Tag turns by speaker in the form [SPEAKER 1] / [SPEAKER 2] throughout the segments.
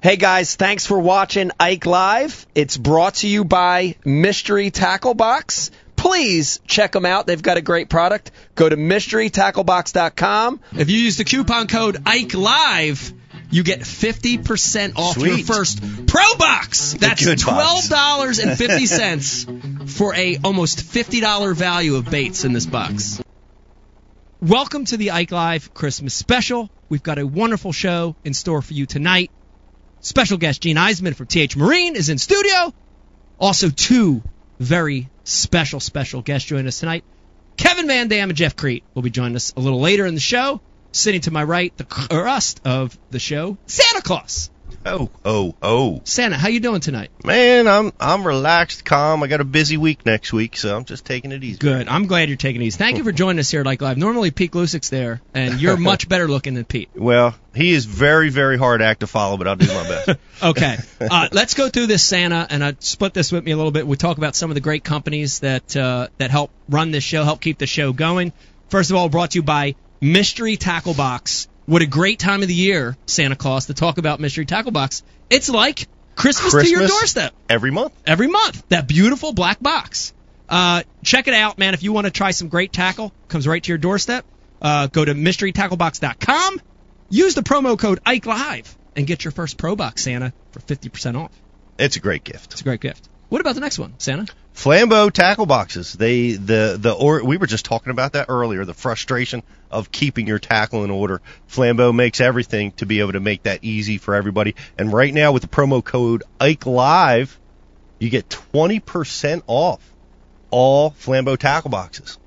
[SPEAKER 1] Hey guys, thanks for watching Ike Live. It's brought to you by Mystery Tackle Box. Please check them out. They've got a great product. Go to mysterytacklebox.com.
[SPEAKER 2] If you use the coupon code Ike Live, you get 50% off your
[SPEAKER 3] Sweet.
[SPEAKER 2] first Pro Box. That's
[SPEAKER 3] good box.
[SPEAKER 2] $12.50 for a almost $50 value of baits in this box. Welcome to the Ike Live Christmas special. We've got a wonderful show in store for you tonight. Special guest Gene Eisman from TH Marine is in studio. Also, two very special, special guests join us tonight. Kevin Van Dam and Jeff Crete will be joining us a little later in the show. Sitting to my right, the crust of the show, Santa Claus.
[SPEAKER 3] Oh, oh, oh.
[SPEAKER 2] Santa, how you doing tonight?
[SPEAKER 3] Man, I'm I'm relaxed, calm. I got a busy week next week, so I'm just taking it easy.
[SPEAKER 2] Good. I'm glad you're taking these. Thank you for joining us here at Like Live. Normally Pete Glusick's there, and you're much better looking than Pete.
[SPEAKER 3] Well, he is very, very hard act to follow, but I'll do my best.
[SPEAKER 2] Okay. Uh, let's go through this Santa, and I split this with me a little bit. We talk about some of the great companies that uh, that help run this show, help keep the show going. First of all, brought to you by Mystery Tackle Box. What a great time of the year, Santa Claus, to talk about Mystery Tackle Box. It's like Christmas, to your
[SPEAKER 3] Christmas.
[SPEAKER 2] doorstep
[SPEAKER 3] Every month.
[SPEAKER 2] every month. That beautiful black box. Uh, check it out, man. If you want to try some great tackle, comes right to your doorstep. Uh, go to mysterytacklebox.com. Use the promo code Ike Live and get your first Pro Box Santa for 50% off.
[SPEAKER 3] It's a great gift.
[SPEAKER 2] It's a great gift. What about the next one, Santa?
[SPEAKER 3] Flambeau tackle boxes. They the the or we were just talking about that earlier. The frustration of keeping your tackle in order. Flambeau makes everything to be able to make that easy for everybody. And right now with the promo code Ike Live, you get twenty percent off all Flambeau tackle boxes.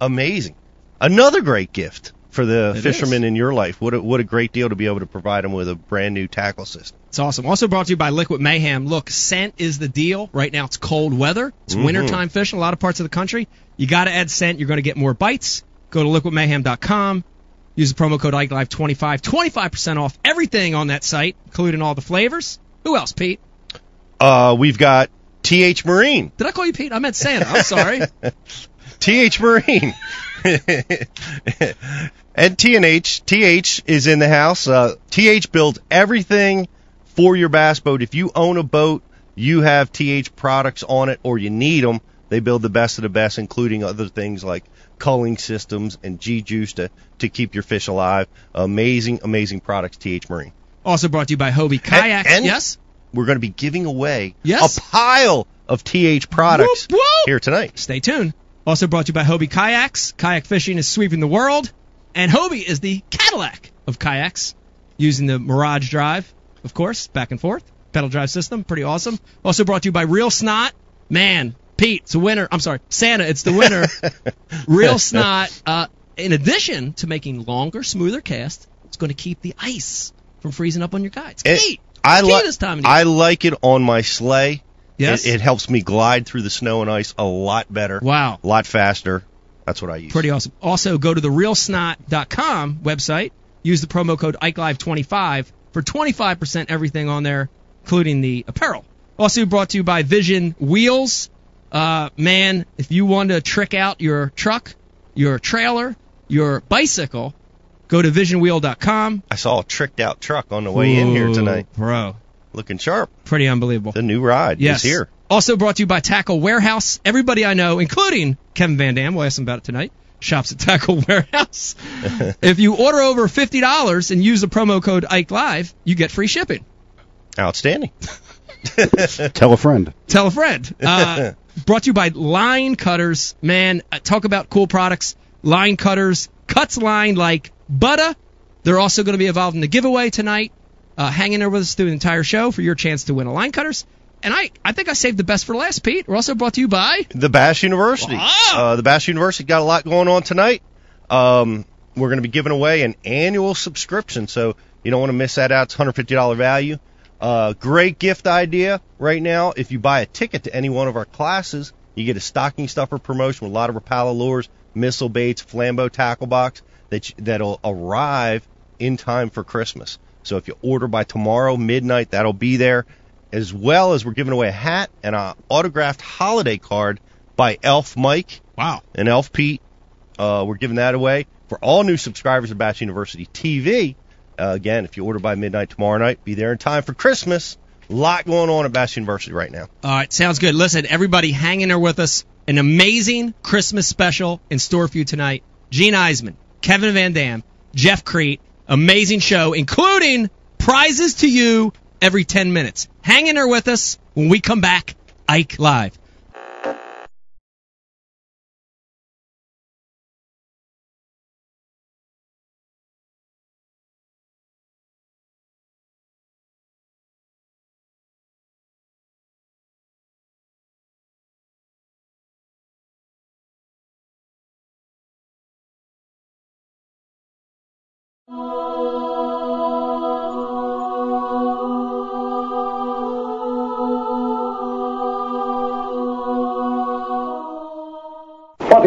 [SPEAKER 3] Amazing. Another great gift for the
[SPEAKER 2] It
[SPEAKER 3] fisherman
[SPEAKER 2] is.
[SPEAKER 3] in your life. What a, what a great deal to be able to provide them with a brand new tackle system.
[SPEAKER 2] It's awesome. Also brought to you by Liquid Mayhem. Look, scent is the deal. Right now it's cold weather. It's wintertime fishing in a lot of parts of the country. You got to add scent. You're going to get more bites. Go to liquidmayhem.com. Use the promo code IkeLive25. 25% off everything on that site, including all the flavors. Who else, Pete?
[SPEAKER 3] Uh, we've got TH Marine.
[SPEAKER 2] Did I call you Pete? I meant Santa. I'm sorry.
[SPEAKER 3] TH Marine. and TNH. TH is in the house. Uh, TH builds everything for your bass boat. If you own a boat, you have TH products on it or you need them. They build the best of the best, including other things like culling systems and G juice to, to keep your fish alive. Amazing, amazing products, TH Marine.
[SPEAKER 2] also brought to you by Hobie Kayaks.
[SPEAKER 3] and-
[SPEAKER 2] yes?
[SPEAKER 3] We're going to be giving away
[SPEAKER 2] Yes.
[SPEAKER 3] a pile of TH products
[SPEAKER 2] Whoop, whoop.
[SPEAKER 3] here tonight.
[SPEAKER 2] Stay tuned. Also brought to you by Hobie Kayaks. Kayak fishing is sweeping the world, and Hobie is the Cadillac of kayaks, using the Mirage Drive, of course, back and forth pedal drive system. Pretty awesome. Also brought to you by Real Snot. Man, Pete, it's a winner. I'm sorry, Santa, it's the winner. Real Snot. Uh, in addition to making longer, smoother casts, it's going to keep the ice from freezing up on your guides.
[SPEAKER 3] It-
[SPEAKER 2] Key.
[SPEAKER 3] I
[SPEAKER 2] Key
[SPEAKER 3] like
[SPEAKER 2] this time of year.
[SPEAKER 3] I like it on my sleigh.
[SPEAKER 2] Yes.
[SPEAKER 3] It, it helps me glide through the snow and ice a lot better.
[SPEAKER 2] Wow.
[SPEAKER 3] A lot faster. That's what I use.
[SPEAKER 2] Pretty awesome. Also, go to the realsnot.com website. Use the promo code IkeLive25 for 25% everything on there, including the apparel. Also brought to you by Vision Wheels. Uh, man, if you want to trick out your truck, your trailer, your bicycle, go to visionwheel.com.
[SPEAKER 3] I saw a tricked out truck on the way in here
[SPEAKER 2] Ooh,
[SPEAKER 3] tonight.
[SPEAKER 2] Bro,
[SPEAKER 3] Looking sharp.
[SPEAKER 2] pretty unbelievable.
[SPEAKER 3] The new ride
[SPEAKER 2] Yes.
[SPEAKER 3] is here.
[SPEAKER 2] Also brought to you by Tackle Warehouse. Everybody I know, including Kevin Van Dam, we'll ask him about it tonight, shops at Tackle Warehouse. if you order over $50 and use the promo code Ike Live, you get free shipping.
[SPEAKER 3] Outstanding.
[SPEAKER 4] Tell a friend.
[SPEAKER 2] Tell a friend. Uh, brought to you by Line Cutters. Man, uh, talk about cool products. Line Cutters cuts line like butter. They're also going to be involved in the giveaway tonight. Uh, hang in there with us through the entire show for your chance to win a Line Cutters. And I, I think I saved the best for last, Pete. We're also brought to you by.
[SPEAKER 3] The Bass University.
[SPEAKER 2] Wow.
[SPEAKER 3] Uh, the Bass University got a lot going on tonight. Um, we're going to be giving away an annual subscription, so you don't want to miss that out. It's $150 value. Uh, great gift idea right now. If you buy a ticket to any one of our classes, you get a stocking stuffer promotion with a lot of Rapala lures, missile baits, flambeau tackle box that you, that'll arrive in time for Christmas. So if you order by tomorrow midnight, that'll be there, as well as we're giving away a hat and a autographed holiday card by Elf Mike
[SPEAKER 2] Wow.
[SPEAKER 3] and Elf Pete. Uh, we're giving that away for all new subscribers of Batch University TV. Uh, again, if you order by midnight tomorrow night, be there in time for Christmas. A lot going on at Bass University right now.
[SPEAKER 2] All right, sounds good. Listen, everybody, hang in there with us. An amazing Christmas special in store for you tonight. Gene Eisman, Kevin Van Dam, Jeff Crete. Amazing show, including prizes to you every 10 minutes. Hang in there with us when we come back. Ike Live.
[SPEAKER 5] What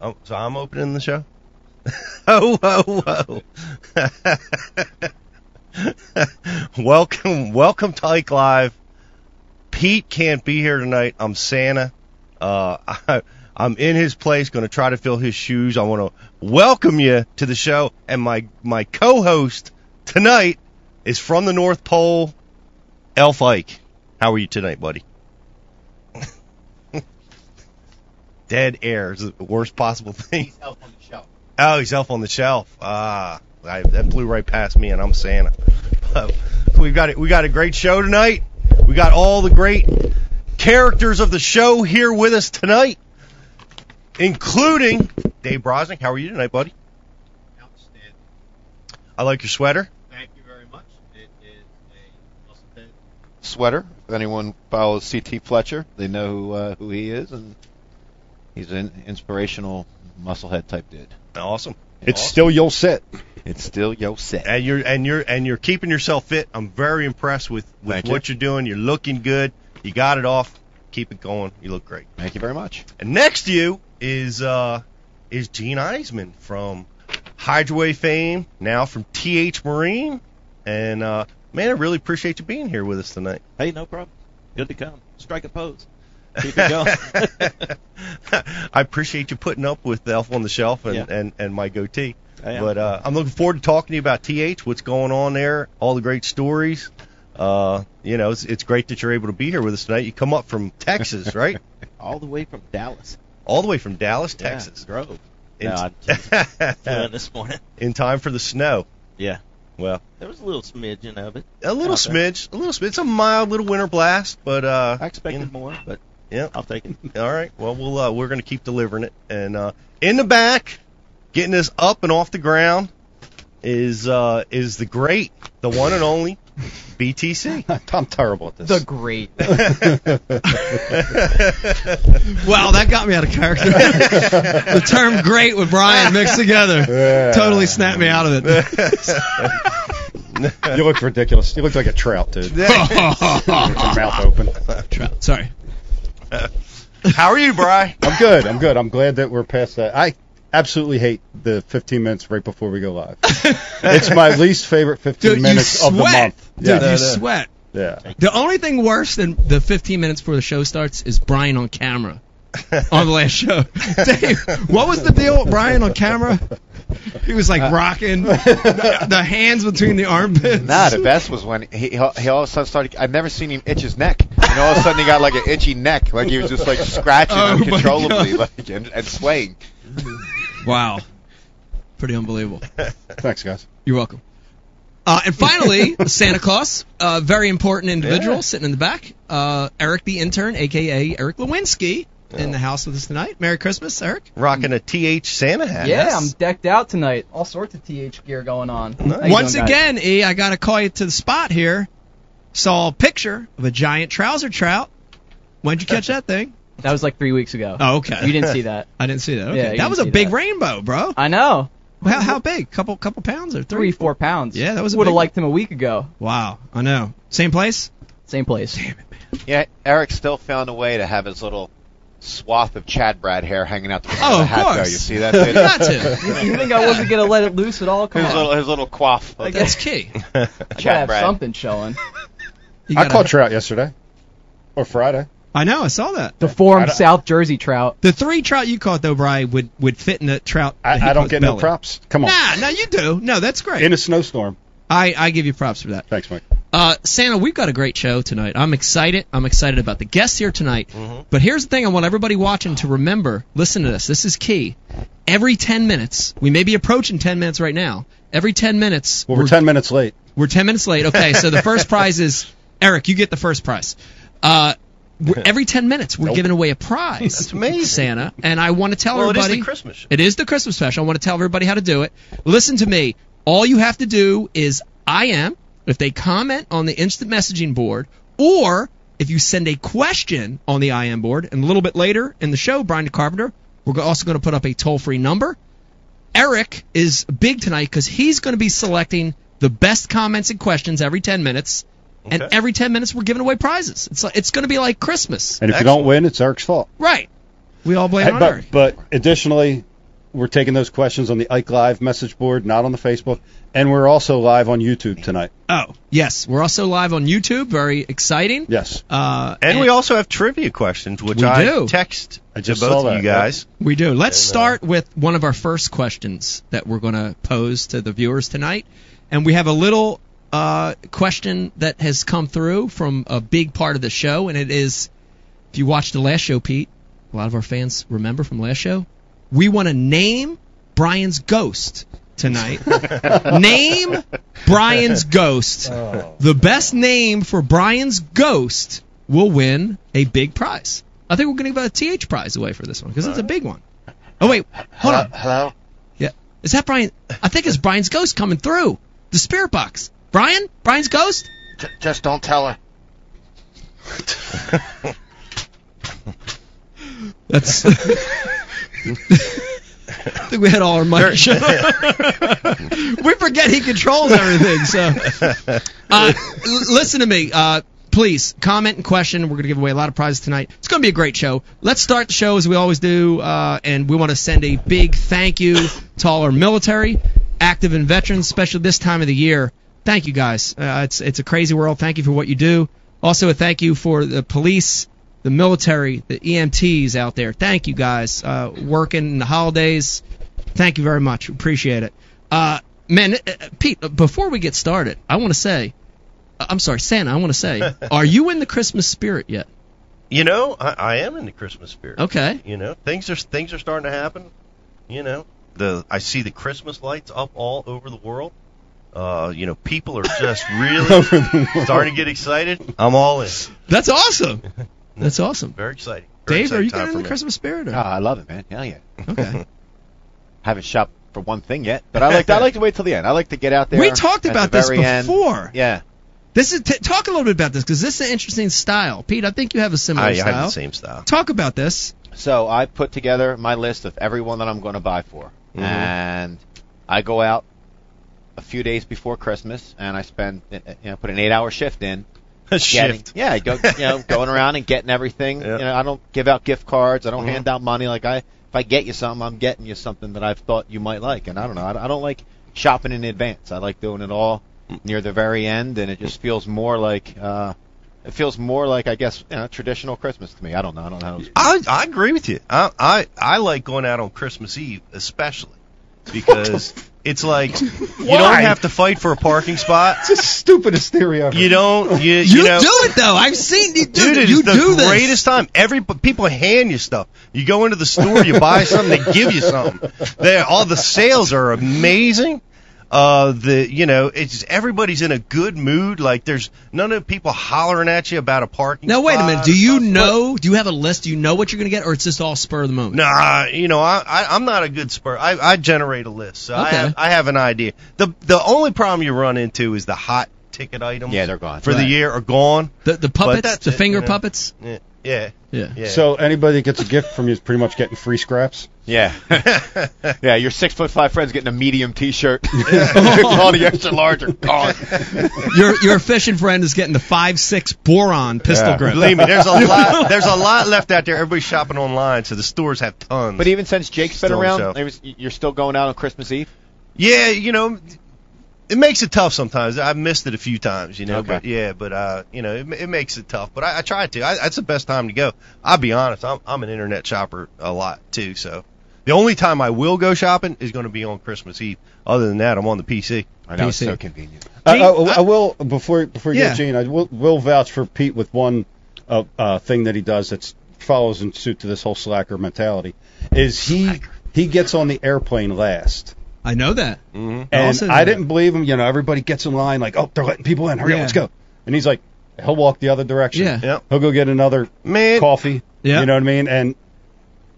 [SPEAKER 3] Oh, so I'm opening the show? oh, whoa, whoa. welcome, welcome to Ike Live. Pete can't be here tonight. I'm Santa. Uh, I, I'm in his place, going to try to fill his shoes. I want to welcome you to the show. And my, my co host tonight is from the North Pole, Elf Ike. How are you tonight, buddy? Dead air is the worst possible thing. Oh, he's Elf on the Shelf. Ah, I, that blew right past me, and I'm Santa. But we've got it. We got a great show tonight. We got all the great characters of the show here with us tonight, including Dave Brosnick. How are you tonight, buddy?
[SPEAKER 6] Outstanding.
[SPEAKER 3] I like your sweater.
[SPEAKER 6] Thank you very much. It is a Austin
[SPEAKER 7] sweater. If anyone follows C.T. Fletcher, they know who, uh, who he is, and he's an inspirational musclehead type dude.
[SPEAKER 3] Awesome.
[SPEAKER 4] It's still you'll sit.
[SPEAKER 7] It's still yo set.
[SPEAKER 3] and you're and you're and you're keeping yourself fit. I'm very impressed with with
[SPEAKER 7] Thank
[SPEAKER 3] what you're doing. You're looking good. You got it off. Keep it going. You look great.
[SPEAKER 7] Thank you very much.
[SPEAKER 3] And next to you is uh is Gene Eisman from Hydroway fame, now from TH Marine. And uh man, I really appreciate you being here with us tonight.
[SPEAKER 8] Hey, no problem. Good to come. Strike a pose. Keep it going.
[SPEAKER 3] I appreciate you putting up with Elf on the Shelf and
[SPEAKER 8] Yeah.
[SPEAKER 3] and, and my goatee.
[SPEAKER 8] I am.
[SPEAKER 3] But uh, I'm looking forward to talking to you about TH, what's going on there, all the great stories. Uh, you know, it's, it's great that you're able to be here with us tonight. You come up from Texas, right?
[SPEAKER 8] All the way from Dallas,
[SPEAKER 3] All the way from Dallas,
[SPEAKER 8] Yeah,
[SPEAKER 3] Texas,
[SPEAKER 8] Grove.
[SPEAKER 3] In-
[SPEAKER 8] No, I just flew in Uh, this morning.
[SPEAKER 3] in time for the snow.
[SPEAKER 8] Yeah,
[SPEAKER 3] Well,
[SPEAKER 8] there was a little smidgen of it.
[SPEAKER 3] a little
[SPEAKER 8] Out there.
[SPEAKER 3] smidge, a little smidge. It's a mild little winter blast, but uh,
[SPEAKER 8] I expected more, but
[SPEAKER 3] yeah.
[SPEAKER 8] I'll take it.
[SPEAKER 3] All right. Well, we'll uh, we're going to keep delivering it. And uh, in the back, getting us up and off the ground is uh, is the great, the one and only BTC.
[SPEAKER 4] I'm terrible at this.
[SPEAKER 9] The great.
[SPEAKER 2] Wow, that got me out of character. the term great with Brian mixed together totally snapped me out of it.
[SPEAKER 4] you look ridiculous. You look like a trout, dude. With your mouth open.
[SPEAKER 2] Trout, Sorry.
[SPEAKER 3] How are you, Bry?
[SPEAKER 4] I'm good. I'm good. I'm glad that we're past that. I absolutely hate the 15 minutes right before we go live. it's my least favorite 15
[SPEAKER 2] Dude, you
[SPEAKER 4] minutes of the
[SPEAKER 2] sweat.
[SPEAKER 4] month.
[SPEAKER 2] Dude,
[SPEAKER 4] yeah.
[SPEAKER 2] you sweat.
[SPEAKER 4] yeah.
[SPEAKER 2] The only thing worse than the 15 minutes before the show starts is Brian on camera on the last show. Dave, what was the deal with Brian on camera? He was like rocking the, the hands between the armpits.
[SPEAKER 7] Nah, the best was when he he all he all of a sudden started. I've never seen him itch his neck, and all of a sudden he got like an itchy neck, like he was just like scratching
[SPEAKER 2] Oh, my
[SPEAKER 7] uncontrollably,
[SPEAKER 2] God.
[SPEAKER 7] like and, and swaying.
[SPEAKER 2] Wow. Pretty unbelievable.
[SPEAKER 4] Thanks, guys.
[SPEAKER 2] You're welcome. Uh, and finally, Santa Claus, a very important individual sitting in the back. Uh, Eric the intern, aka Eric Lewinsky, in the house with us tonight. Merry Christmas, Eric.
[SPEAKER 3] Rocking a TH Santa hat.
[SPEAKER 9] Yeah, I'm decked out tonight. All sorts of TH gear going on. How you
[SPEAKER 2] Once
[SPEAKER 9] doing, guys?
[SPEAKER 2] again, E, I gotta call you to the spot here. Saw a picture of a giant trouser trout. When'd you catch that thing?
[SPEAKER 9] That was like three weeks ago.
[SPEAKER 2] Oh, okay.
[SPEAKER 9] You didn't see that.
[SPEAKER 2] I didn't see that. Okay.
[SPEAKER 9] Yeah, you
[SPEAKER 2] that
[SPEAKER 9] didn't
[SPEAKER 2] was a
[SPEAKER 9] see
[SPEAKER 2] big
[SPEAKER 9] that.
[SPEAKER 2] rainbow, bro.
[SPEAKER 9] I know.
[SPEAKER 2] How, how big? Couple couple pounds or three?
[SPEAKER 9] Three, four pounds.
[SPEAKER 2] Yeah, that was a
[SPEAKER 9] Would have
[SPEAKER 2] big-
[SPEAKER 9] liked him a week ago.
[SPEAKER 2] Wow, I know. Same place?
[SPEAKER 9] Same place.
[SPEAKER 7] Yeah, Eric still found a way to have his little swath of Chad Brad hair hanging out the front
[SPEAKER 2] Oh,
[SPEAKER 7] of the
[SPEAKER 2] of
[SPEAKER 7] hat there.
[SPEAKER 2] course.
[SPEAKER 7] You see that? dude?
[SPEAKER 2] Got to.
[SPEAKER 9] You think I wasn't gonna let it loose at all? Come
[SPEAKER 7] his
[SPEAKER 9] on.
[SPEAKER 7] little his little quaff of
[SPEAKER 9] guess-
[SPEAKER 2] That's key.
[SPEAKER 9] I gotta
[SPEAKER 7] Chad
[SPEAKER 9] have
[SPEAKER 7] Brad.
[SPEAKER 9] something showing.
[SPEAKER 2] You
[SPEAKER 4] I
[SPEAKER 2] gotta-
[SPEAKER 4] caught trout yesterday or Friday.
[SPEAKER 2] I know. I saw that.
[SPEAKER 9] The form
[SPEAKER 4] I don't-
[SPEAKER 9] South Jersey trout.
[SPEAKER 2] The three trout you caught though, Brian, would would fit in the trout. that he
[SPEAKER 4] I, I don't
[SPEAKER 2] put
[SPEAKER 4] get no
[SPEAKER 2] belly.
[SPEAKER 4] props. Come on.
[SPEAKER 2] Nah, no, you do. No, that's great.
[SPEAKER 4] In a snowstorm.
[SPEAKER 2] I I give you props for that.
[SPEAKER 4] Thanks, Mike.
[SPEAKER 2] Uh, Santa, we've got a great show tonight. I'm excited. I'm excited about the guests here tonight.
[SPEAKER 4] Mm-hmm.
[SPEAKER 2] But here's the thing I want everybody watching to remember listen to this. This is key. Every 10 minutes, we may be approaching 10 minutes right now. Every 10 minutes,
[SPEAKER 4] Well, we're, 10 minutes late.
[SPEAKER 2] we're 10 minutes late. Okay, so the first prize is Eric, you get the first prize. Uh, we're- every 10 minutes, we're giving away a prize. That's
[SPEAKER 3] amazing.
[SPEAKER 2] Santa. And I want to tell
[SPEAKER 3] Well, it is
[SPEAKER 2] everybody.
[SPEAKER 3] the Christmas show.
[SPEAKER 2] It is the Christmas special. I want to tell everybody how to do it. Listen to me. All you have to do is I am, if they comment on the instant messaging board, or if you send a question on the I am board, and a little bit later in the show, Brian Carpenter, we're go- also going to put up a toll free number. Eric is big tonight because he's going to be selecting the best comments and questions every 10 minutes. And
[SPEAKER 3] Okay.
[SPEAKER 2] every 10 minutes, we're giving away prizes. It's, like- it's going to be like Christmas.
[SPEAKER 4] And if you
[SPEAKER 3] Excellent.
[SPEAKER 4] don't win, it's Eric's fault.
[SPEAKER 2] Right. We all blame it
[SPEAKER 4] Hey,
[SPEAKER 2] on
[SPEAKER 4] but,
[SPEAKER 2] Eric.
[SPEAKER 4] but additionally, we're taking those questions on the Ike Live message board, not on the Facebook, and we're also live on YouTube tonight.
[SPEAKER 2] Oh, yes. We're also live on YouTube. Very exciting.
[SPEAKER 4] Yes,
[SPEAKER 2] Uh,
[SPEAKER 3] And we also have trivia questions, which
[SPEAKER 2] We
[SPEAKER 3] I
[SPEAKER 2] do.
[SPEAKER 3] text
[SPEAKER 4] I
[SPEAKER 3] to
[SPEAKER 4] just saw
[SPEAKER 3] both of
[SPEAKER 4] that,
[SPEAKER 3] you guys.
[SPEAKER 2] we do. Let's start with one of our first questions that we're going to pose to the viewers tonight. And we have a little uh, question that has come through from a big part of the show. And it is if you watched the last show, Pete, a lot of our fans remember from last show, we want to name Brian's ghost tonight. name Brian's ghost. The best name for Brian's ghost will win a big prize. I think we're going to give a TH prize away for this one because it's a big one. Oh wait, hold on.
[SPEAKER 7] Hello.
[SPEAKER 2] Yeah, is that Brian? I think it's Brian's ghost coming through the spirit box. Brian, Brian's ghost.
[SPEAKER 7] J- just don't tell her.
[SPEAKER 2] That's. I think we had all our money. shut up. we forget he controls everything. So, uh, l- listen to me, uh, please. Comment and question. We're going to give away a lot of prizes tonight. It's going to be a great show. Let's start the show as we always do, uh, and we want to send a big thank you to all our military, active and veterans, especially this time of the year. Thank you guys. Uh, it's it's a crazy world. Thank you for what you do. Also, a thank you for the police the military, the EMTs out there. Thank you guys uh, working in the holidays. Thank you very much. Appreciate it. Uh, man, uh, Pete, uh, before we get started, I want to say, uh, I'm sorry, Santa, I want to say, are you in the Christmas spirit yet?
[SPEAKER 3] You know, I, I am in the Christmas spirit.
[SPEAKER 2] Okay.
[SPEAKER 3] You know, things are things are starting to happen. You know, the I see the Christmas lights up all over the world. Uh, you know, people are just really starting to get excited. I'm all in.
[SPEAKER 2] That's awesome. That's awesome.
[SPEAKER 3] Very exciting. Very
[SPEAKER 2] Dave, are
[SPEAKER 3] exciting
[SPEAKER 2] you
[SPEAKER 3] time
[SPEAKER 2] getting in
[SPEAKER 3] for
[SPEAKER 2] the
[SPEAKER 3] me. Ah.
[SPEAKER 2] Christmas spirit?
[SPEAKER 7] Oh,
[SPEAKER 2] Or?
[SPEAKER 7] I love it, man. Hell yeah.
[SPEAKER 2] Okay.
[SPEAKER 7] Haven't shopped for one thing yet, but I like I like to wait till the end. I like to get out there.
[SPEAKER 2] We talked
[SPEAKER 7] at
[SPEAKER 2] about
[SPEAKER 7] the
[SPEAKER 2] this
[SPEAKER 7] very end.
[SPEAKER 2] before.
[SPEAKER 7] Yeah.
[SPEAKER 2] This is t- talk a little bit about this because this is an interesting style, Pete. I think you have a similar
[SPEAKER 3] I, I
[SPEAKER 2] style.
[SPEAKER 3] have the same style.
[SPEAKER 2] Talk about this.
[SPEAKER 7] So I put together my list of everyone that I'm going to buy for,
[SPEAKER 9] Mm-hmm.
[SPEAKER 7] and I go out a few days before Christmas, and I spend you know put an eight-hour shift in. Getting,
[SPEAKER 3] Shift.
[SPEAKER 7] Yeah, I go you know going around and getting everything.
[SPEAKER 3] Yeah. Mm-hmm.
[SPEAKER 7] You know, I don't give out gift cards. I don't hand out money. Like I, if I get you something, I'm getting you something that I've thought you might like. And I don't know. I, I don't like shopping in advance. I like doing it all near the very end, and it just feels more like. uh it feels more like, I guess, you know, traditional Christmas to me. I don't know. I don't know. How to
[SPEAKER 3] I, I agree with you. I, I I like going out on Christmas Eve especially because it's like you don't have to fight for a parking spot.
[SPEAKER 4] it's the stupidest theory ever.
[SPEAKER 3] You don't you
[SPEAKER 2] You,
[SPEAKER 3] you, know
[SPEAKER 2] do it though. I've seen you do
[SPEAKER 3] dude
[SPEAKER 2] it.
[SPEAKER 3] it
[SPEAKER 2] You
[SPEAKER 3] is the
[SPEAKER 2] do this.
[SPEAKER 3] greatest time. Every people hand you stuff. You go into the store, you buy something, they give you something. They all the sales are amazing. Uh, the you know, it's everybody's in a good mood. Like there's none of the people hollering at you about a parking.
[SPEAKER 2] Now wait a
[SPEAKER 3] spot
[SPEAKER 2] minute.
[SPEAKER 3] or
[SPEAKER 2] Do you know? Do you have a list? Do you know what you're going to get, or it's just all spur of the moment?
[SPEAKER 3] Nah, you know, I, I I'm not a good spur. I, I generate a list, so I
[SPEAKER 2] Okay.
[SPEAKER 3] have, I have an idea. the The only problem you run into is the hot ticket items.
[SPEAKER 7] Yeah, they're gone.
[SPEAKER 3] for the
[SPEAKER 7] Right.
[SPEAKER 3] year are gone.
[SPEAKER 2] The the
[SPEAKER 3] puppets, that's the it, finger you know.
[SPEAKER 2] puppets.
[SPEAKER 3] Yeah, yeah,
[SPEAKER 2] yeah.
[SPEAKER 4] So anybody that gets a gift from you is pretty much getting free scraps.
[SPEAKER 7] Yeah. yeah, your six foot five friend's getting a medium t shirt. All the extra large are gone.
[SPEAKER 2] your your fishing friend is getting the five six boron pistol grip.
[SPEAKER 3] Believe me, there's a lot. There's a lot left out there. Everybody's shopping online, so the stores have tons.
[SPEAKER 7] But even since Jake's been
[SPEAKER 3] Still
[SPEAKER 7] around,
[SPEAKER 3] so.
[SPEAKER 7] it was- you're still going out on Christmas Eve?
[SPEAKER 3] Yeah, you know, it makes it tough sometimes. I've missed it a few times, you know.
[SPEAKER 7] Okay.
[SPEAKER 3] But yeah, but uh, you know, it, ma- it makes it tough. But I, I try to. I, that's the best time to go. I'll be honest. I'm I'm an internet shopper a lot too. So the only time I will go shopping is going to be on Christmas Eve. Other than that, I'm on the PC.
[SPEAKER 7] I
[SPEAKER 2] know, it's PC. so
[SPEAKER 7] convenient.
[SPEAKER 4] I, I, I will before before you
[SPEAKER 3] Yeah.
[SPEAKER 4] get Gene. I will, will vouch for Pete with one uh, uh, thing that he does that follows in suit to this whole slacker mentality. Is he he gets on the airplane last.
[SPEAKER 2] I know that.
[SPEAKER 3] Mm-hmm.
[SPEAKER 2] I
[SPEAKER 4] And
[SPEAKER 2] also know
[SPEAKER 4] I
[SPEAKER 2] that.
[SPEAKER 4] didn't believe him. You know, everybody gets in line like, oh, they're letting people in. Hurry
[SPEAKER 2] Yeah.
[SPEAKER 4] up, let's go. And he's like, he'll walk the other direction.
[SPEAKER 2] Yeah.
[SPEAKER 3] Yep.
[SPEAKER 4] He'll go get another
[SPEAKER 3] Man,
[SPEAKER 4] coffee.
[SPEAKER 2] Yeah.
[SPEAKER 4] You know what I mean? And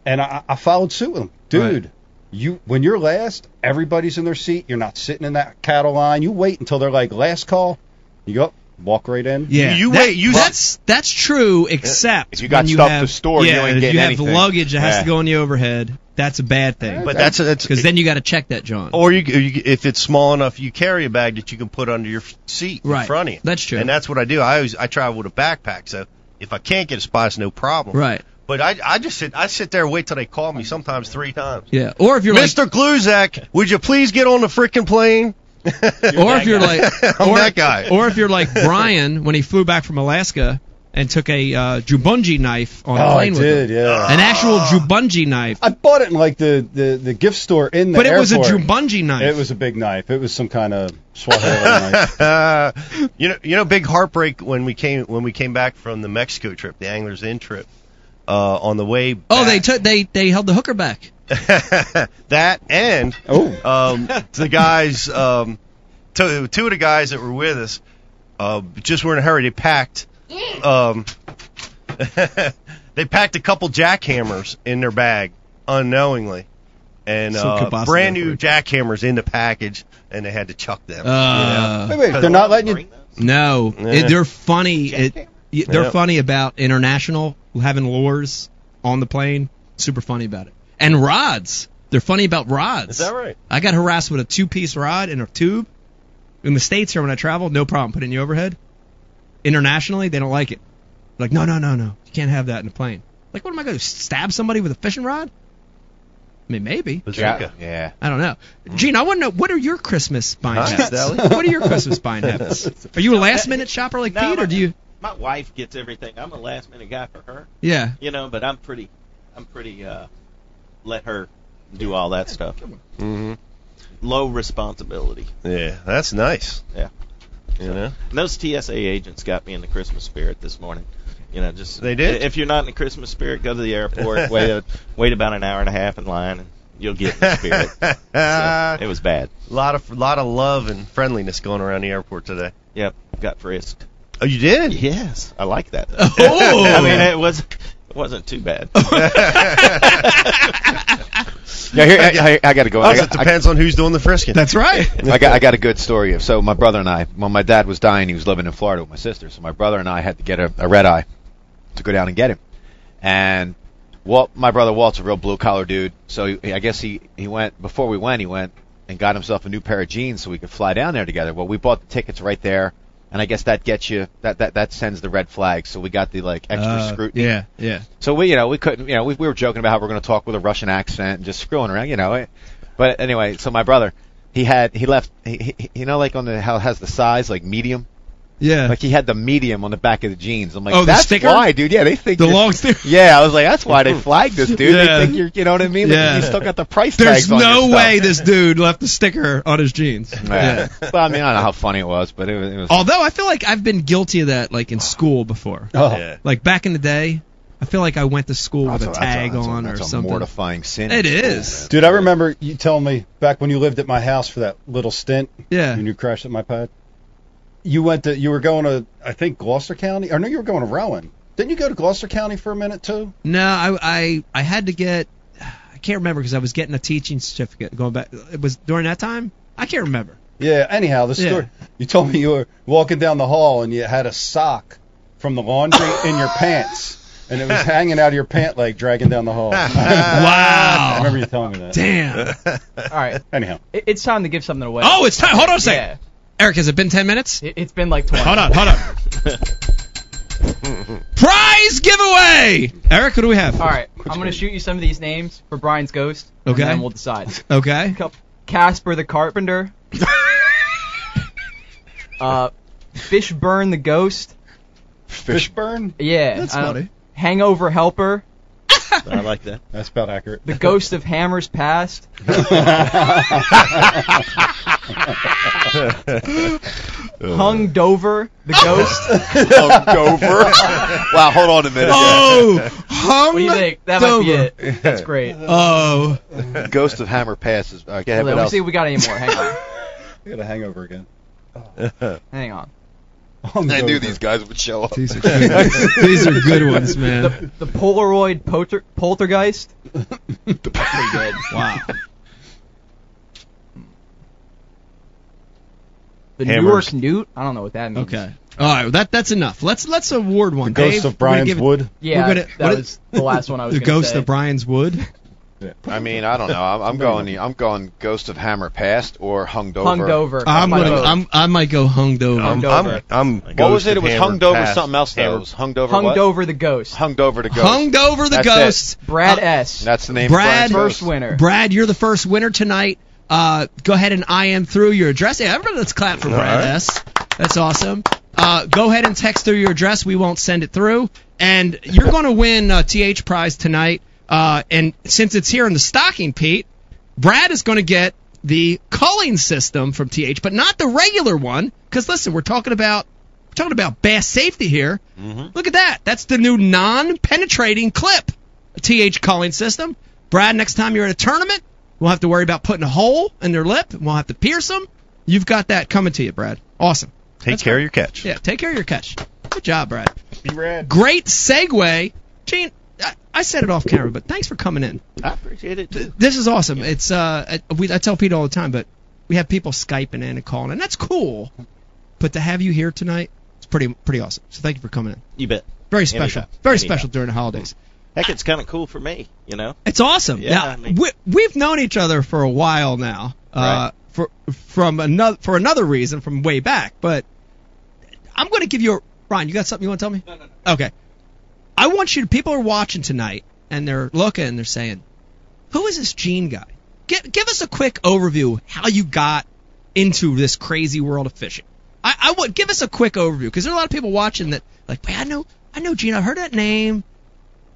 [SPEAKER 4] and I, I followed suit with him, dude. You when you're last, everybody's in their seat. You're not sitting in that cattle line. You wait until they're like last call. You go up, walk right in.
[SPEAKER 2] Yeah,
[SPEAKER 3] You
[SPEAKER 2] That-
[SPEAKER 3] wait, you-
[SPEAKER 2] that's that's true, except
[SPEAKER 7] If you got
[SPEAKER 2] when
[SPEAKER 7] stuff to
[SPEAKER 2] have,
[SPEAKER 7] store, you
[SPEAKER 2] yeah,
[SPEAKER 7] ain't
[SPEAKER 2] if
[SPEAKER 7] getting
[SPEAKER 2] you have
[SPEAKER 7] anything.
[SPEAKER 2] luggage that has
[SPEAKER 7] Yeah.
[SPEAKER 2] to go in the overhead. That's a bad thing.
[SPEAKER 3] But that's that's
[SPEAKER 2] because then you got to check that, John.
[SPEAKER 3] Or you, you, if it's small enough, you carry a bag that you can put under your f- seat
[SPEAKER 2] Right.
[SPEAKER 3] in front of you.
[SPEAKER 2] That's true.
[SPEAKER 3] And that's what I do. I always I travel with a backpack, so if I can't get a spot, it's no problem.
[SPEAKER 2] right.
[SPEAKER 3] But I I just sit I sit there and wait till they call me. Sometimes three times.
[SPEAKER 2] Yeah. Or if you're like,
[SPEAKER 3] Mr. Kluzak, would you please get on the freaking plane?
[SPEAKER 2] or if you're like,
[SPEAKER 3] I'm
[SPEAKER 2] or,
[SPEAKER 3] that guy.
[SPEAKER 2] or if you're like Brian when he flew back from Alaska and took a uh, jubunji knife on a
[SPEAKER 4] Oh, I
[SPEAKER 2] plane with Ah.
[SPEAKER 4] did,
[SPEAKER 2] him.
[SPEAKER 4] yeah.
[SPEAKER 2] An actual jubunji knife,
[SPEAKER 4] I bought it in like the, the, the gift store in the
[SPEAKER 2] but it was a
[SPEAKER 4] airport.
[SPEAKER 2] jubunji knife.
[SPEAKER 4] It was a big knife. It was some kind of Swahili knife.
[SPEAKER 3] Uh, you know, you know, big heartbreak when we came when we came back from the Mexico trip, the Anglers Inn trip. Uh, on the way.
[SPEAKER 2] oh, they
[SPEAKER 3] back-
[SPEAKER 2] took they they held the hooker back.
[SPEAKER 3] that and
[SPEAKER 4] Oh,
[SPEAKER 3] um, the guys, um, two, two of the guys that were with us, uh, just were in a hurry. They packed, um, they packed a couple jackhammers in their bag unknowingly, and
[SPEAKER 2] So
[SPEAKER 3] uh,
[SPEAKER 2] kielbasa
[SPEAKER 3] brand new
[SPEAKER 2] effort.
[SPEAKER 3] jackhammers in the package, and they had to chuck them.
[SPEAKER 2] Uh,
[SPEAKER 4] wait, wait, they're not letting you.
[SPEAKER 2] No,
[SPEAKER 3] Yeah.
[SPEAKER 2] It- they're funny. It, y- they're
[SPEAKER 3] Yeah.
[SPEAKER 2] funny about international having lures on the plane. Super funny about it. And rods. They're funny about rods.
[SPEAKER 3] Is that right?
[SPEAKER 2] I got harassed with a two-piece rod and a tube. In the states here when I travel, no problem. Put it in your overhead. Internationally, they don't like it. Like, no, no, no, no. You can't have that in a plane. Like, what am I going to stab somebody with a fishing rod? I mean, maybe.
[SPEAKER 7] Yeah.
[SPEAKER 3] Bazooka.
[SPEAKER 7] yeah.
[SPEAKER 2] I don't know. Gene, I want to know what are your Christmas buying
[SPEAKER 3] Huh,
[SPEAKER 2] habits?
[SPEAKER 3] Sally?
[SPEAKER 2] What are your Christmas buying habits? Are you a last minute shopper like
[SPEAKER 8] No,
[SPEAKER 2] Pete, or do you?
[SPEAKER 8] My wife gets everything. I'm a last minute guy for her,
[SPEAKER 2] Yeah.
[SPEAKER 8] you know. But I'm pretty, I'm pretty. uh Let her do all that stuff.
[SPEAKER 3] hmm
[SPEAKER 8] Low responsibility.
[SPEAKER 3] Yeah, that's nice.
[SPEAKER 8] Yeah.
[SPEAKER 3] You know,
[SPEAKER 8] And those TSA agents got me in the Christmas spirit this morning. You know, just
[SPEAKER 3] They did?
[SPEAKER 8] If you're not in the Christmas spirit, go to the airport. wait, a, wait about an hour and a half in line, and you'll get in the spirit. So, it was bad.
[SPEAKER 3] lot of lot of love and friendliness going around the airport today.
[SPEAKER 8] Yep, got frisked.
[SPEAKER 3] Oh, you did?
[SPEAKER 8] Yes, I like that. Though.
[SPEAKER 2] Oh.
[SPEAKER 8] I mean, it was it wasn't too bad.
[SPEAKER 7] Yeah, here, I, I, I got to go. I
[SPEAKER 3] Oh, it
[SPEAKER 7] got, I,
[SPEAKER 3] depends on who's doing the frisking.
[SPEAKER 2] That's right.
[SPEAKER 7] I got I got a good story of so my brother and I when my dad was dying he was living in Florida with my sister so my brother and I had to get a, a red eye to go down and get him and Walt my brother Walt's a real blue collar dude so he, I guess he he went before we went he went and got himself a new pair of jeans so we could fly down there together well we bought the tickets right there and I guess that gets you that that that sends the red flag so we got the like extra
[SPEAKER 2] Uh,
[SPEAKER 7] scrutiny
[SPEAKER 2] yeah, yeah.
[SPEAKER 7] so we, you know, we couldn't, you know, we, we were joking about how we're going to talk with a Russian accent and just screwing around, you know. eh. But anyway, so my brother, he had, he left, he, he, you know, like on the how it has the size like medium,
[SPEAKER 2] Yeah.
[SPEAKER 7] like he had the medium on the back of the jeans. I'm like,
[SPEAKER 2] Oh, the
[SPEAKER 7] that's
[SPEAKER 2] sticker?
[SPEAKER 7] why, dude. Yeah, they think
[SPEAKER 2] the
[SPEAKER 7] you're-
[SPEAKER 2] long stick.
[SPEAKER 7] Yeah, I was like, that's why they flagged this dude.
[SPEAKER 2] Yeah.
[SPEAKER 7] They think you're, you know what I mean? Like,
[SPEAKER 2] Yeah.
[SPEAKER 7] You still got the price
[SPEAKER 2] There's
[SPEAKER 7] tags on your
[SPEAKER 2] no
[SPEAKER 7] stuff.
[SPEAKER 2] way this dude left a sticker on his jeans.
[SPEAKER 7] Yeah. well, I mean, I don't know how funny it was, but it was. It was
[SPEAKER 2] Although I feel like I've been guilty of that, like in school before.
[SPEAKER 4] Oh,
[SPEAKER 3] Yeah.
[SPEAKER 2] Like back in the day, I feel like I went to school with
[SPEAKER 7] That's
[SPEAKER 2] a,
[SPEAKER 7] a- that's a-
[SPEAKER 2] tag
[SPEAKER 7] that's a-
[SPEAKER 2] on
[SPEAKER 7] that's
[SPEAKER 2] or
[SPEAKER 7] a
[SPEAKER 2] something.
[SPEAKER 7] mortifying sin.
[SPEAKER 2] It is.
[SPEAKER 4] Dude, I remember you telling me back when you lived at my house for that little stint.
[SPEAKER 2] Yeah.
[SPEAKER 4] When you crashed at my pad. You went to you were going to I think Gloucester County. Or no, you were going to Rowan. Didn't you go to Gloucester County for a minute too?
[SPEAKER 2] No, I I, I had to get I can't remember because I was getting a teaching certificate going back. It was during that time. I can't remember.
[SPEAKER 4] Yeah, anyhow, the
[SPEAKER 2] Yeah.
[SPEAKER 4] story you told me you were walking down the hall and you had a sock from the laundry in your pants. And it was hanging out of your pant leg dragging down the hall.
[SPEAKER 2] wow.
[SPEAKER 4] I remember you telling me that.
[SPEAKER 2] Damn.
[SPEAKER 9] All right.
[SPEAKER 4] Anyhow.
[SPEAKER 9] It, it's time to give something away.
[SPEAKER 2] Oh, it's time. Hold on a second.
[SPEAKER 9] Yeah.
[SPEAKER 2] Eric, has it been ten minutes?
[SPEAKER 9] It, has been like 20.
[SPEAKER 2] Hold on, hold on. Prize giveaway. Eric, what do we have?
[SPEAKER 9] All right. I'm going to shoot you some of these names for Brian's ghost.
[SPEAKER 2] Okay.
[SPEAKER 9] And then we'll decide.
[SPEAKER 2] Okay.
[SPEAKER 9] Cup- Casper the Carpenter. uh, Fishburne the Ghost.
[SPEAKER 4] Fishburne?
[SPEAKER 9] Yeah.
[SPEAKER 2] That's
[SPEAKER 9] I don't-
[SPEAKER 2] funny.
[SPEAKER 9] Hangover Helper.
[SPEAKER 8] I like that.
[SPEAKER 4] That's about accurate.
[SPEAKER 9] The Ghost of Hammer's Past. Hung Dover the Ghost.
[SPEAKER 7] Hung Dover. wow, hold on a minute.
[SPEAKER 2] Oh, hung
[SPEAKER 9] What do you think? That might be it. That's great.
[SPEAKER 2] Oh,
[SPEAKER 7] Ghost of Hammer passes. Okay, have
[SPEAKER 9] Let
[SPEAKER 7] it
[SPEAKER 9] me
[SPEAKER 7] else.
[SPEAKER 9] see if we got any more. Hang on.
[SPEAKER 4] I got a hangover again.
[SPEAKER 9] Hang on.
[SPEAKER 7] I knew these guys would show up.
[SPEAKER 2] these are good. these are good ones, man.
[SPEAKER 9] The Polaroid polter- Poltergeist.
[SPEAKER 2] Wow.
[SPEAKER 9] The
[SPEAKER 3] Hammers.
[SPEAKER 9] Newark Newt. I don't know what that means.
[SPEAKER 2] Okay. All right. well, That that's enough. Let's let's award one.
[SPEAKER 4] Ghost
[SPEAKER 2] Dave,
[SPEAKER 4] of
[SPEAKER 2] we're gonna
[SPEAKER 4] Brian's
[SPEAKER 2] give it-
[SPEAKER 4] Wood.
[SPEAKER 9] Yeah,
[SPEAKER 2] We're gonna- what
[SPEAKER 9] that
[SPEAKER 2] is-
[SPEAKER 9] was the last one I was
[SPEAKER 2] The
[SPEAKER 9] going to
[SPEAKER 2] ghost
[SPEAKER 9] say.
[SPEAKER 2] of Brian's Wood.
[SPEAKER 7] I mean, I don't know. I'm, I'm going. the- I'm going. Ghost of Hammer past or hung over.
[SPEAKER 9] Hung Dover.
[SPEAKER 2] I'm
[SPEAKER 9] My
[SPEAKER 2] gonna.
[SPEAKER 9] vote.
[SPEAKER 2] I'm, I might go hung over.
[SPEAKER 3] I'm,
[SPEAKER 9] Hungover.
[SPEAKER 3] I'm, I'm
[SPEAKER 7] What was
[SPEAKER 3] ghost
[SPEAKER 7] it? It
[SPEAKER 3] of
[SPEAKER 7] was
[SPEAKER 3] hammer
[SPEAKER 7] hung over
[SPEAKER 3] past.
[SPEAKER 7] something else though.
[SPEAKER 3] Hammer-
[SPEAKER 7] It was hung over.
[SPEAKER 9] Hung
[SPEAKER 7] what?
[SPEAKER 9] Dover the Ghost.
[SPEAKER 7] Hung over to ghost.
[SPEAKER 2] Hung over the
[SPEAKER 7] That's it.
[SPEAKER 2] ghost.
[SPEAKER 9] Brad
[SPEAKER 2] Uh,
[SPEAKER 9] S.
[SPEAKER 7] That's the name.
[SPEAKER 2] Brad-
[SPEAKER 7] of Brian's
[SPEAKER 9] first
[SPEAKER 7] ghost.
[SPEAKER 9] winner.
[SPEAKER 2] Brad, you're the first winner tonight. Uh, go ahead and I am through your address. Yeah, everybody, let's clap for Brad
[SPEAKER 3] right.
[SPEAKER 2] S. That's awesome. Uh, go ahead and text through your address. We won't send it through. And you're going to win a TH prize tonight. Uh, and since it's here in the stocking, Pete, Brad is going to get the culling system from TH, but not the regular one. Because listen, we're talking about we're talking about bass safety here. Look at that. That's the new non-penetrating clip TH culling system. Brad, next time you're at a tournament, we'll have to worry about putting a hole in their lip, and we'll have to pierce them. You've got that coming to you, Brad. Awesome.
[SPEAKER 3] Take care of your catch.
[SPEAKER 2] Yeah, take care of your catch. Good job, Brad.
[SPEAKER 4] Be rad.
[SPEAKER 2] Great segue. Gene, I, I said it off camera, but thanks for coming in.
[SPEAKER 8] I appreciate it too.
[SPEAKER 2] This is awesome. It's uh, I, we, I tell Pete all the time, but we have people skyping in and calling, and that's cool. But to have you here tonight, it's pretty pretty awesome. So thank you for coming in.
[SPEAKER 8] You bet.
[SPEAKER 2] Very special.
[SPEAKER 8] Anytime.
[SPEAKER 2] Very
[SPEAKER 8] Anytime.
[SPEAKER 2] special during the holidays.
[SPEAKER 8] Heck, it's kind of cool for me, you know.
[SPEAKER 2] It's awesome.
[SPEAKER 8] Yeah,
[SPEAKER 2] Now,
[SPEAKER 8] I mean-
[SPEAKER 2] we, we've known each other for a while now. Uh,
[SPEAKER 8] Right.
[SPEAKER 2] for from another for another reason from way back, but I'm going to give you a Ron. You got something you want to tell me? No, no, no. Okay. I want you. to People are watching tonight, and they're looking, and they're saying, "Who is this Gene guy?" Give give us a quick overview of how you got into this crazy world of fishing. I, I would give us a quick overview because there are a lot of people watching that like, wait, I know, I know Gene. I heard that name.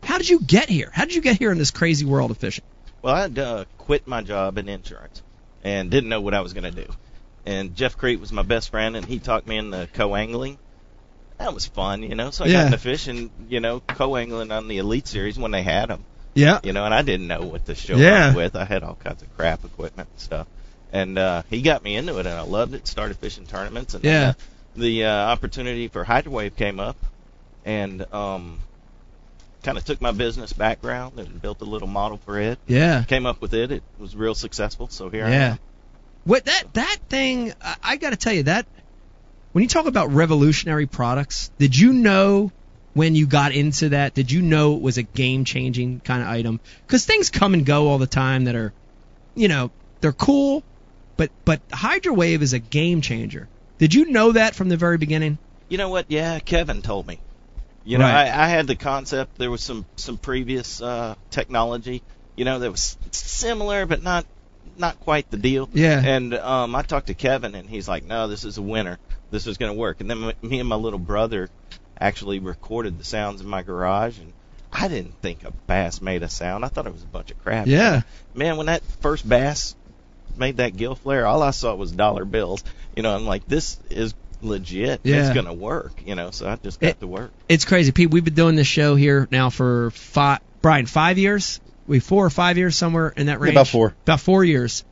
[SPEAKER 2] How did you get here? How did you get here in this crazy world of fishing?
[SPEAKER 8] Well, I had uh, quit my job in insurance and didn't know what I was going to do. And Jeff Crete was my best friend, and he talked me into co-angling. That was fun, you know. So I
[SPEAKER 2] Yeah.
[SPEAKER 8] got into fishing, you know, co-angling on the Elite Series when they had them,
[SPEAKER 2] Yeah.
[SPEAKER 8] you know. And I didn't know what to show
[SPEAKER 2] Yeah.
[SPEAKER 8] up with. I had all kinds of crap equipment and stuff. And uh, he got me into it, and I loved it. Started fishing tournaments, and
[SPEAKER 2] Yeah.
[SPEAKER 8] then the, the uh, opportunity for Hydrowave came up, and um, kind of took my business background and built a little model for it
[SPEAKER 2] Yeah.
[SPEAKER 8] came up with it. It was real successful. So here I
[SPEAKER 2] Yeah.
[SPEAKER 8] am.
[SPEAKER 2] What that that thing? I, I got to tell you that when you talk about revolutionary products, did you know when you got into that? Did you know it was a game changing kind of item? Because things come and go all the time that are, you know, they're cool, but but Hydra Wave is a game changer. Did you know that from the very beginning?
[SPEAKER 8] You know what? Yeah, Kevin told me. You know,
[SPEAKER 2] Right.
[SPEAKER 8] I, I had the concept. There was some some previous uh, technology, you know, that was s- similar but not not quite the deal.
[SPEAKER 2] Yeah.
[SPEAKER 8] And um, I talked to Kevin, and he's like, "No, this is a winner. This is going to work." And then m- me and my little brother actually recorded the sounds in my garage, and I didn't think a bass made a sound. I thought it was a bunch of crap. man, when that first bass made that gill flare, all I saw was dollar bills. You know, I'm like, this is legit. It's
[SPEAKER 2] Yeah.
[SPEAKER 8] gonna work, you know. So I just got to work.
[SPEAKER 2] It's crazy, Pete. We've been doing this show here now for five, Brian, five years. We four or five years somewhere in that
[SPEAKER 4] Yeah,
[SPEAKER 2] range.
[SPEAKER 4] about four.
[SPEAKER 2] About four years.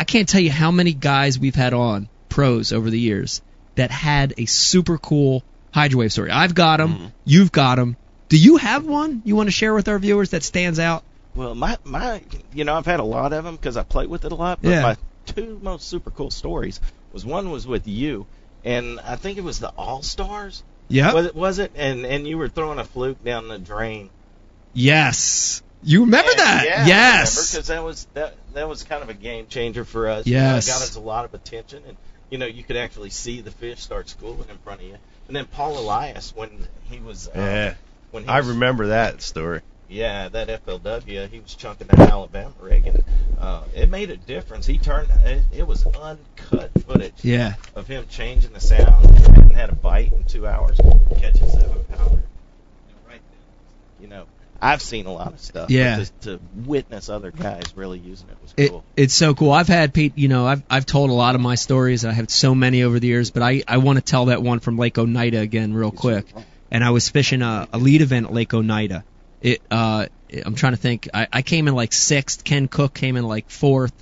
[SPEAKER 2] I can't tell you how many guys we've had on pros over the years that had a super cool hydrowave story. I've got them.
[SPEAKER 4] Mm-hmm.
[SPEAKER 2] You've got them. Do you have one you want to share with our viewers that stands out?
[SPEAKER 8] Well, my my, you know, I've had a lot of them because I play with it a lot. But
[SPEAKER 2] Yeah.
[SPEAKER 8] my two most super cool stories was one was with you, and I think it was the All Stars.
[SPEAKER 2] Yep.
[SPEAKER 8] Was it? Was it? And and you were throwing a fluke down the drain.
[SPEAKER 2] Yes. You remember that? yes.
[SPEAKER 8] Because that was that that was kind of a game changer for us.
[SPEAKER 2] Yes.
[SPEAKER 8] You know, it got us a lot of attention, and you know you could actually see the fish start schooling in front of you. And then Paul Elias when he was uh,
[SPEAKER 3] Yeah.
[SPEAKER 8] when he
[SPEAKER 3] I
[SPEAKER 8] was-
[SPEAKER 3] remember that story.
[SPEAKER 8] yeah, that FLW, he was chunking that Alabama rig, and uh, it made a difference. He turned, it, it was uncut footage
[SPEAKER 2] Yeah.
[SPEAKER 8] of him changing the sound and had a bite in two hours, catching seven pounder. You know, I've seen a lot of stuff. but
[SPEAKER 2] Yeah.
[SPEAKER 8] just to witness other guys really using it was
[SPEAKER 2] It,
[SPEAKER 8] cool.
[SPEAKER 2] It's so cool. I've had Pete, you know, I've I've told a lot of my stories. I have so many over the years, but I I want to tell that one from Lake Oneida again real quick. And I was fishing a, a lead event at Lake Oneida. It uh I'm trying to think. I, I came in like sixth. Ken Cook came in like fourth.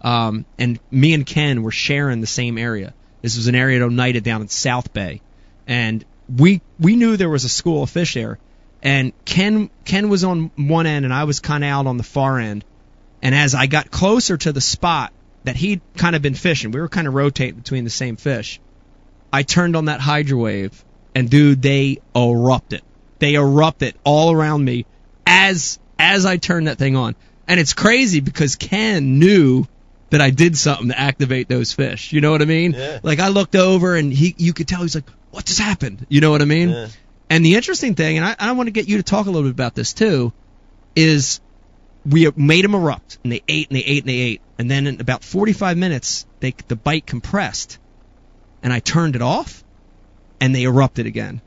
[SPEAKER 2] Um, and me and Ken were sharing the same area. This was an area at Oneida down in South Bay, and we we knew there was a school of fish there. And Ken Ken was on one end, and I was kind of out on the far end. And as I got closer to the spot that he'd kind of been fishing, we were kind of rotating between the same fish. I turned on that hydro wave, and dude, they erupted. They erupted all around me as as I turned that thing on. And it's crazy because Ken knew that I did something to activate those fish. You know what I mean?
[SPEAKER 8] Yeah.
[SPEAKER 2] Like I looked over and he you could tell he's like, What just happened? You know what I mean?
[SPEAKER 8] Yeah.
[SPEAKER 2] And the interesting thing, and I, I want to get you to talk a little bit about this too, is we made them erupt, and they ate and they ate and they ate, and then in about 45 minutes, they the bite compressed, and I turned it off, and they erupted again.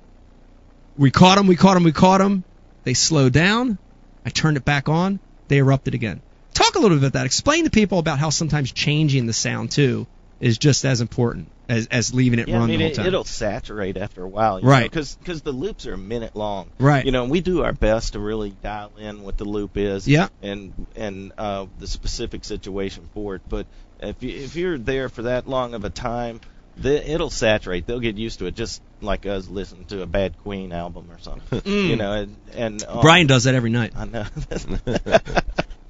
[SPEAKER 2] We caught them, we caught them, we caught them. They slowed down. I turned it back on. They erupted again. Talk a little bit about that. Explain to people about how sometimes changing the sound too is just as important as, as leaving it
[SPEAKER 8] yeah,
[SPEAKER 2] run
[SPEAKER 8] I mean,
[SPEAKER 2] the whole
[SPEAKER 8] it,
[SPEAKER 2] time.
[SPEAKER 8] it'll saturate after a while, you
[SPEAKER 2] Right.
[SPEAKER 8] Because the loops are a minute long,
[SPEAKER 2] Right.
[SPEAKER 8] You know, and we do our best to really dial in what the loop is,
[SPEAKER 2] Yeah.
[SPEAKER 8] and and uh, the specific situation for it. But if you, if you're there for that long of a time, the, it'll saturate. They'll get used to it, just like us listening to a Bad Queen album or something,
[SPEAKER 2] Mm.
[SPEAKER 8] you know. And, and uh,
[SPEAKER 2] Brian does that every night.
[SPEAKER 8] I know.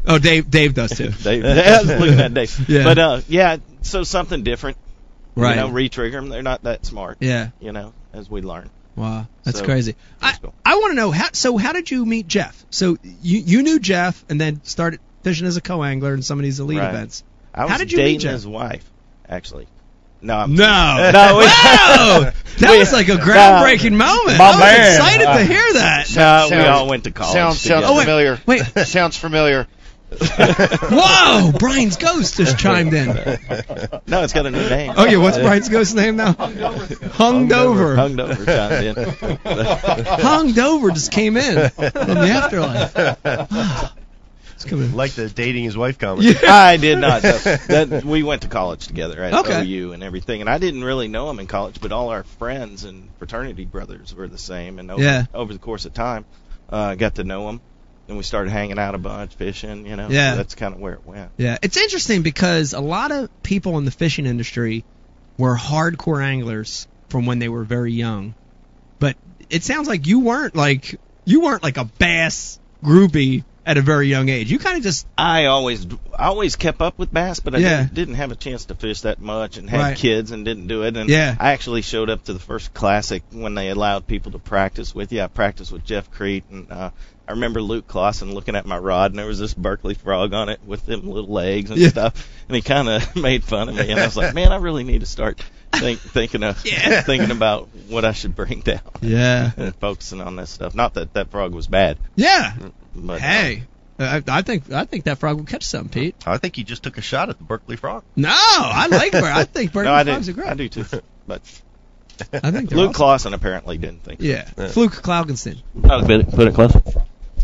[SPEAKER 2] Oh, Dave Dave does too.
[SPEAKER 8] Dave, I was looking at Dave.
[SPEAKER 2] Yeah.
[SPEAKER 8] But uh, yeah, so something different.
[SPEAKER 2] Right.
[SPEAKER 8] You know, re-trigger them. They're not that smart.
[SPEAKER 2] Yeah.
[SPEAKER 8] You know, as we learn.
[SPEAKER 2] Wow, that's
[SPEAKER 8] So,
[SPEAKER 2] crazy. I, I want to know how. So how did you meet Jeff? So you you knew Jeff and then started fishing as a co-angler in some of these elite
[SPEAKER 8] Right.
[SPEAKER 2] events.
[SPEAKER 8] I was
[SPEAKER 2] how did you
[SPEAKER 8] dating
[SPEAKER 2] meet Jeff?
[SPEAKER 8] his wife, actually. No, I'm
[SPEAKER 2] No,
[SPEAKER 8] no, we-
[SPEAKER 2] Wow! that
[SPEAKER 8] we-
[SPEAKER 2] was like a groundbreaking moment.
[SPEAKER 8] My
[SPEAKER 2] I was
[SPEAKER 8] man.
[SPEAKER 2] excited
[SPEAKER 8] Uh,
[SPEAKER 2] to hear that.
[SPEAKER 8] No, uh, we all went to college.
[SPEAKER 7] Sounds sounds
[SPEAKER 8] together.
[SPEAKER 7] familiar.
[SPEAKER 2] Oh, Wait,
[SPEAKER 7] sounds familiar.
[SPEAKER 2] whoa! Brian's ghost just chimed in.
[SPEAKER 8] No, it's got a new name. Uh,
[SPEAKER 2] Oh yeah, what's Brian's ghost name now? Hungover.
[SPEAKER 8] Hungover chimed in.
[SPEAKER 2] Hungover just came in from the afterlife.
[SPEAKER 3] Like the dating his wife comment.
[SPEAKER 8] I did not. No, that, we went to college together at
[SPEAKER 2] Okay.
[SPEAKER 8] OU and everything, and I didn't really know him in college, but all our friends and fraternity brothers were the same, and over,
[SPEAKER 2] Yeah.
[SPEAKER 8] over the course of time, uh, got to know him, and we started hanging out a bunch, fishing. You know,
[SPEAKER 2] Yeah.
[SPEAKER 8] So that's kind of where it went.
[SPEAKER 2] Yeah, it's interesting because a lot of people in the fishing industry were hardcore anglers from when they were very young, but it sounds like you weren't like you weren't like a bass groupie at a very young age. You kind of just
[SPEAKER 8] I always I always kept up with bass, but I
[SPEAKER 2] Yeah.
[SPEAKER 8] didn't, didn't have a chance to fish that much and had
[SPEAKER 2] Right.
[SPEAKER 8] kids and didn't do it. And
[SPEAKER 2] Yeah.
[SPEAKER 8] I actually showed up to the first classic when they allowed people to practice with you. I practiced with Jeff Crete and uh, I remember Luke Clausen looking at my rod and there was this Berkeley frog on it with them little legs and
[SPEAKER 2] Yeah.
[SPEAKER 8] stuff. And he kind of made fun of me and I was like, man, I really need to start think, thinking of
[SPEAKER 2] Yeah.
[SPEAKER 8] thinking about what I should bring down
[SPEAKER 2] yeah
[SPEAKER 8] and focusing on this stuff. Not that that frog was bad,
[SPEAKER 2] yeah.
[SPEAKER 8] but uh,
[SPEAKER 2] Hey, I, I think I think that frog will catch something, Pete.
[SPEAKER 3] I think he just took a shot at the Berkeley Frog.
[SPEAKER 2] No, I like bird. I think bird
[SPEAKER 8] no, I
[SPEAKER 2] frogs are
[SPEAKER 8] do.
[SPEAKER 2] great.
[SPEAKER 8] I do too. But
[SPEAKER 2] I think they're
[SPEAKER 8] Luke
[SPEAKER 2] awesome.
[SPEAKER 8] Clausen apparently didn't think.
[SPEAKER 2] Yeah, Fluke Klaugenstein.
[SPEAKER 8] I'll put it, put it closer.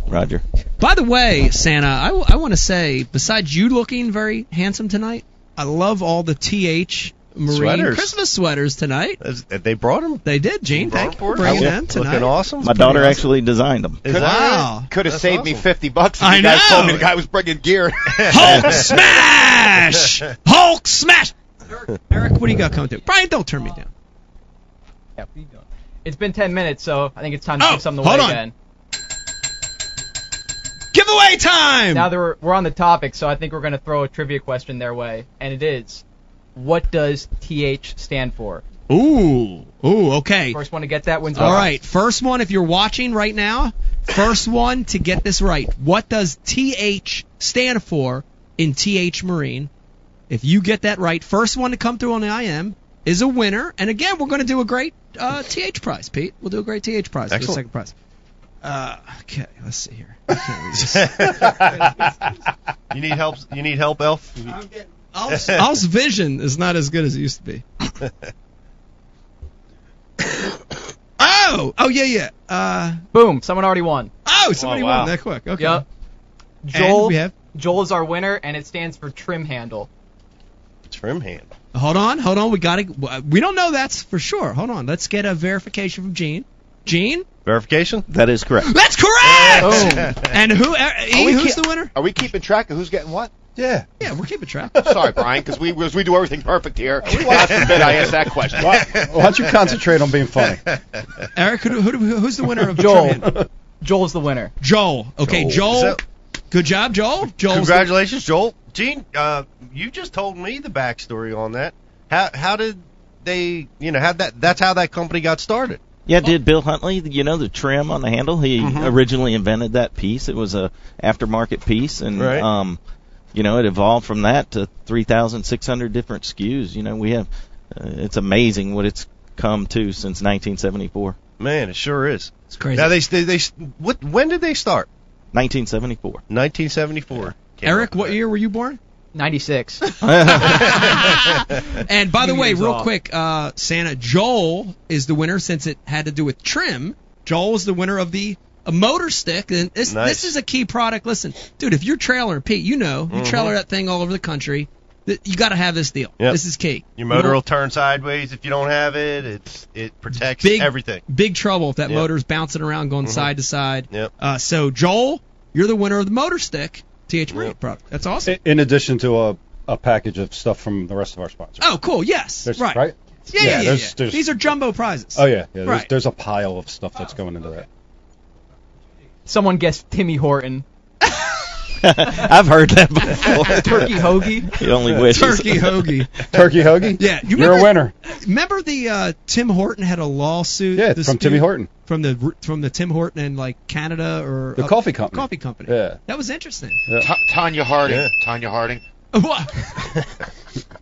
[SPEAKER 8] Roger.
[SPEAKER 2] By the way, Santa, I, want to say, besides you looking very handsome tonight, I love all the th Marine
[SPEAKER 3] Sweaters.
[SPEAKER 2] Christmas sweaters tonight.
[SPEAKER 3] They brought them.
[SPEAKER 2] They did, Gene. Thank you for bringing them tonight.
[SPEAKER 8] My daughter actually designed them.
[SPEAKER 2] wow.
[SPEAKER 7] Could have saved me 50 bucks if
[SPEAKER 2] I
[SPEAKER 7] you guys
[SPEAKER 2] know.
[SPEAKER 7] told me the guy was bringing gear.
[SPEAKER 2] Hulk smash! Hulk smash! Eric, Eric, what do you got coming through? Brian, don't turn me down.
[SPEAKER 9] Yeah, what are you doing? It's been 10 minutes, so I think it's time to
[SPEAKER 2] Oh,
[SPEAKER 9] give something away
[SPEAKER 2] hold on.
[SPEAKER 9] again.
[SPEAKER 2] Giveaway time!
[SPEAKER 9] Now that we're, we're on the topic, so I think we're going to throw a trivia question their way, and it is, what does TH stand for?
[SPEAKER 2] Ooh, ooh, okay.
[SPEAKER 9] First one to get that wins.
[SPEAKER 2] All right, first one. If you're watching right now, first one to get this right. What does TH stand for in TH Marine? If you get that right, first one to come through on the IM is a winner. And again, we're going to do a great uh, TH prize, Pete. We'll do a great TH prize. for the
[SPEAKER 1] Excellent.
[SPEAKER 2] second prize. Uh, okay, let's see here.
[SPEAKER 3] you need help? You need help, Elf?
[SPEAKER 2] Al's, Al's vision is not as good as it used to be. oh, oh yeah, yeah. Uh,
[SPEAKER 9] Boom, someone already won.
[SPEAKER 2] oh, somebody won that quick. Okay.
[SPEAKER 9] Yep.
[SPEAKER 2] And
[SPEAKER 9] Joel,
[SPEAKER 2] we have-
[SPEAKER 9] Joel is our winner, and it stands for trim handle.
[SPEAKER 3] Trim hand.
[SPEAKER 2] Hold on, hold on. We got to. We don't know that's for sure. Hold on. Let's get a verification from Gene. Gene,
[SPEAKER 3] Verification?
[SPEAKER 8] That is correct.
[SPEAKER 2] that's correct. and who? E,
[SPEAKER 7] we
[SPEAKER 2] who's
[SPEAKER 7] ki-
[SPEAKER 2] the winner?
[SPEAKER 7] Are we keeping track of who's getting what?
[SPEAKER 3] Yeah.
[SPEAKER 2] Yeah, we're keeping track.
[SPEAKER 7] Sorry, Brian, because we, 'cause we do everything perfect here. God forbid I ask that question.
[SPEAKER 4] Why don't you concentrate on being funny?
[SPEAKER 2] Eric, who, who, who's the winner of
[SPEAKER 9] Joel.
[SPEAKER 2] Trivia?
[SPEAKER 9] Joel's the winner.
[SPEAKER 2] Joel. Okay, Joel.
[SPEAKER 3] Joel. So-
[SPEAKER 2] good job, Joel. Joel.
[SPEAKER 3] Congratulations, Joel. Gene, uh, you just told me the backstory on that. How how did they? You know, how that? That's how that company got started.
[SPEAKER 8] Yeah, did Bill Huntley, you know, the trim on the handle? He
[SPEAKER 2] Mm-hmm.
[SPEAKER 8] originally invented that piece. It was a aftermarket piece, and
[SPEAKER 3] Right.
[SPEAKER 8] um, you know, it evolved from that to 3,600 different SKUs. You know, we have. Uh, it's amazing what it's come to since 1974.
[SPEAKER 3] Man, it sure is.
[SPEAKER 2] It's crazy.
[SPEAKER 3] Now they they, they what? When did they start?
[SPEAKER 8] 1974.
[SPEAKER 3] 1974.
[SPEAKER 2] Eric, what year were you born?
[SPEAKER 9] 96.
[SPEAKER 2] And by the
[SPEAKER 9] Few
[SPEAKER 2] way,
[SPEAKER 9] years
[SPEAKER 2] real
[SPEAKER 9] off.
[SPEAKER 2] quick, uh, Santa Joel is the winner since it had to do with trim. Joel is the winner of the a motor stick, and this
[SPEAKER 3] Nice. Mm-hmm.
[SPEAKER 2] this is a key product. Listen, dude, if you're trailer Pete, you know you trailer that thing all over the country. th- You got to have this deal.
[SPEAKER 3] Yep.
[SPEAKER 2] This is key.
[SPEAKER 3] Your motor
[SPEAKER 2] Little-
[SPEAKER 3] will turn sideways if you don't have it. It's it protects
[SPEAKER 2] Big-
[SPEAKER 3] everything.
[SPEAKER 2] big trouble if that
[SPEAKER 3] Yep. Mm-hmm.
[SPEAKER 2] motor's bouncing around, going side to side.
[SPEAKER 3] Yep.
[SPEAKER 2] Uh, so Joel, you're the winner of the motor stick TH Marine product. That's awesome.
[SPEAKER 4] In addition to a, a package of stuff from the rest of our sponsors.
[SPEAKER 2] oh, cool. Yes.
[SPEAKER 4] There's-
[SPEAKER 2] Right.
[SPEAKER 4] right?
[SPEAKER 2] Yeah,
[SPEAKER 4] Yeah,
[SPEAKER 2] yeah, yeah.
[SPEAKER 4] there's-
[SPEAKER 2] yeah.
[SPEAKER 4] there's-
[SPEAKER 2] These are jumbo prizes.
[SPEAKER 4] Oh yeah, yeah. There's,
[SPEAKER 2] Right.
[SPEAKER 4] there's a pile of stuff that's going into that.
[SPEAKER 9] Someone guessed Timmy Horton.
[SPEAKER 8] I've heard that before.
[SPEAKER 9] Turkey hoagie.
[SPEAKER 8] he only wishes.
[SPEAKER 2] Turkey hoagie.
[SPEAKER 4] Turkey hoagie.
[SPEAKER 2] Yeah, you
[SPEAKER 4] You're a
[SPEAKER 2] remember-
[SPEAKER 4] winner.
[SPEAKER 2] Remember the uh, Tim Horton had a lawsuit.
[SPEAKER 4] Yeah, from
[SPEAKER 2] dispute
[SPEAKER 4] Timmy Horton.
[SPEAKER 2] From the from the Tim Horton and like Canada or
[SPEAKER 4] The coffee company.
[SPEAKER 2] Coffee company.
[SPEAKER 4] Yeah.
[SPEAKER 2] That was interesting.
[SPEAKER 7] Ta- Tanya Harding.
[SPEAKER 3] Yeah.
[SPEAKER 7] Tanya Harding.
[SPEAKER 2] What?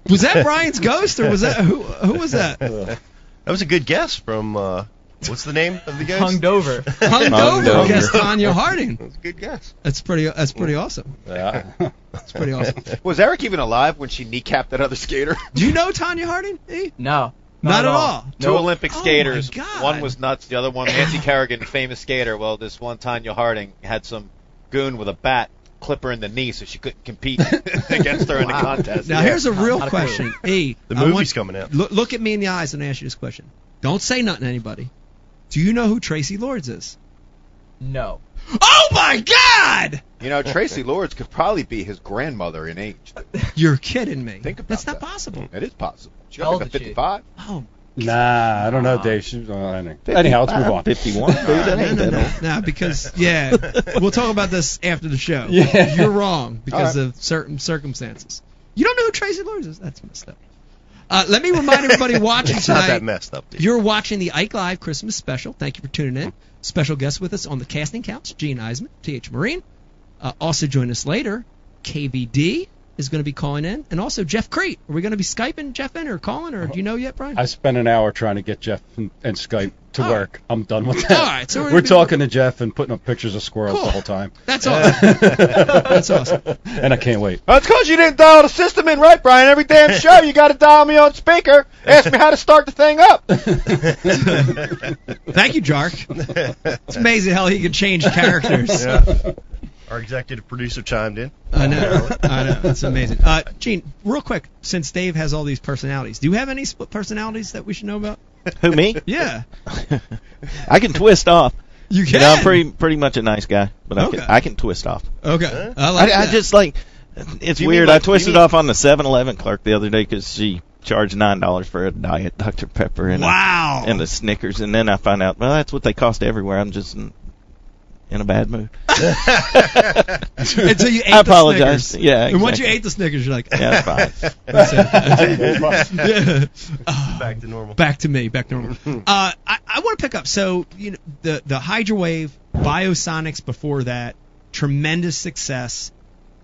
[SPEAKER 2] was that Brian's ghost or was that who? Who was that?
[SPEAKER 3] That was a good guess from uh, what's the name of the guy?
[SPEAKER 9] Hunged over.
[SPEAKER 2] Hungover.
[SPEAKER 8] Hungover.
[SPEAKER 2] Guest Tanya Harding.
[SPEAKER 3] Good guess.
[SPEAKER 2] That's pretty. That's pretty awesome.
[SPEAKER 4] Yeah.
[SPEAKER 2] That's pretty awesome.
[SPEAKER 7] Was Eric even alive when she kneecapped that other skater?
[SPEAKER 2] Do you know Tanya Harding? E?
[SPEAKER 9] No.
[SPEAKER 2] Not at all.
[SPEAKER 7] Two Olympic
[SPEAKER 2] Oh, my
[SPEAKER 7] skaters.
[SPEAKER 2] God.
[SPEAKER 7] One was nuts. The other one, Nancy Kerrigan, famous skater. Well, this one, Tanya Harding, had some goon with a bat clip her in the knee, so she couldn't compete against her in the contest.
[SPEAKER 2] Now here's a real
[SPEAKER 9] Not a clue.
[SPEAKER 2] question. E.
[SPEAKER 3] The
[SPEAKER 2] I
[SPEAKER 3] movie's
[SPEAKER 2] want-
[SPEAKER 3] coming out.
[SPEAKER 2] Look, look at me in the eyes and ask you this question. Don't say nothing to anybody. Do you know who Tracy Lords is?
[SPEAKER 9] No.
[SPEAKER 2] Oh my God!
[SPEAKER 7] You know, Tracy Lords could probably be his grandmother in age.
[SPEAKER 2] You're kidding me.
[SPEAKER 7] Think about
[SPEAKER 2] That's not
[SPEAKER 7] that.
[SPEAKER 2] possible.
[SPEAKER 7] It is possible. She
[SPEAKER 9] How
[SPEAKER 7] got
[SPEAKER 9] old
[SPEAKER 7] like a
[SPEAKER 9] is she?
[SPEAKER 7] 55.
[SPEAKER 2] Oh,
[SPEAKER 4] Nah, I don't know, Dave. She, uh, I don't know. Anyhow, let's move on.
[SPEAKER 8] 51. Dude, that
[SPEAKER 2] no,
[SPEAKER 8] ain't
[SPEAKER 2] no,
[SPEAKER 8] that
[SPEAKER 2] no,
[SPEAKER 8] old.
[SPEAKER 2] no, because yeah, we'll talk about this after the show.
[SPEAKER 4] Yeah.
[SPEAKER 2] You're wrong because
[SPEAKER 4] All
[SPEAKER 2] of certain circumstances. You don't know who Tracy Lords is. That's messed up. Uh, let me remind everybody watching
[SPEAKER 3] It's not
[SPEAKER 2] tonight.
[SPEAKER 3] that messed up. dude.
[SPEAKER 2] You're watching the Ike Live Christmas special. Thank you for tuning in. Special guest with us on the casting couch, Gene Eisman, TH Marine. Uh, also join us later, KVD is going to be calling in, and also Jeff Crete. Are we going to be Skyping Jeff in or calling, or do you know yet, Brian?
[SPEAKER 4] I spent an hour trying to get Jeff and, and Skype to
[SPEAKER 2] Oh.
[SPEAKER 4] work. I'm done with that.
[SPEAKER 2] All right, so we're
[SPEAKER 4] we're,
[SPEAKER 2] gonna be-
[SPEAKER 4] talking to Jeff and putting up pictures of squirrels
[SPEAKER 2] Cool.
[SPEAKER 4] the whole time,
[SPEAKER 2] That's awesome. That's awesome.
[SPEAKER 4] and I can't wait.
[SPEAKER 7] That's because you didn't dial the system in right, Brian. Every damn show, you got to dial me on speaker. Ask me how to start the thing up.
[SPEAKER 2] Thank you, Jark. It's amazing how he can change characters.
[SPEAKER 3] Our executive producer chimed in.
[SPEAKER 2] I know. I know. It's amazing. Uh, Gene, real quick, since Dave has all these personalities, do you have any split personalities that we should know about?
[SPEAKER 8] Who me?
[SPEAKER 2] Yeah.
[SPEAKER 8] I can twist off.
[SPEAKER 2] You
[SPEAKER 8] You know, I'm
[SPEAKER 2] can.
[SPEAKER 8] pretty pretty much a nice guy, but I
[SPEAKER 2] Okay.
[SPEAKER 8] can I can twist off.
[SPEAKER 2] Okay. I like
[SPEAKER 8] I,
[SPEAKER 2] that.
[SPEAKER 8] just like it's
[SPEAKER 2] Do you mean
[SPEAKER 8] weird.
[SPEAKER 2] like-
[SPEAKER 8] I
[SPEAKER 2] do
[SPEAKER 8] twisted
[SPEAKER 2] you mean-
[SPEAKER 8] off on the 7-Eleven clerk the other day because she charged nine dollars for a diet Dr Pepper and
[SPEAKER 2] wow
[SPEAKER 8] and the Snickers, and then I find out well that's what they cost everywhere. I'm just in, in a bad mood.
[SPEAKER 2] Until you ate
[SPEAKER 8] I
[SPEAKER 2] the
[SPEAKER 8] apologize.
[SPEAKER 2] Snickers.
[SPEAKER 8] Yeah,
[SPEAKER 2] And once you
[SPEAKER 8] exactly.
[SPEAKER 2] ate the Snickers, you're like,
[SPEAKER 8] Yeah, that's fine.
[SPEAKER 2] That's it. Yeah.
[SPEAKER 3] Back to normal.
[SPEAKER 2] "Ah." Back to me. Back to normal. uh, I, I want to pick up. So you know the the Hydra Wave, Biosonics before that, tremendous success.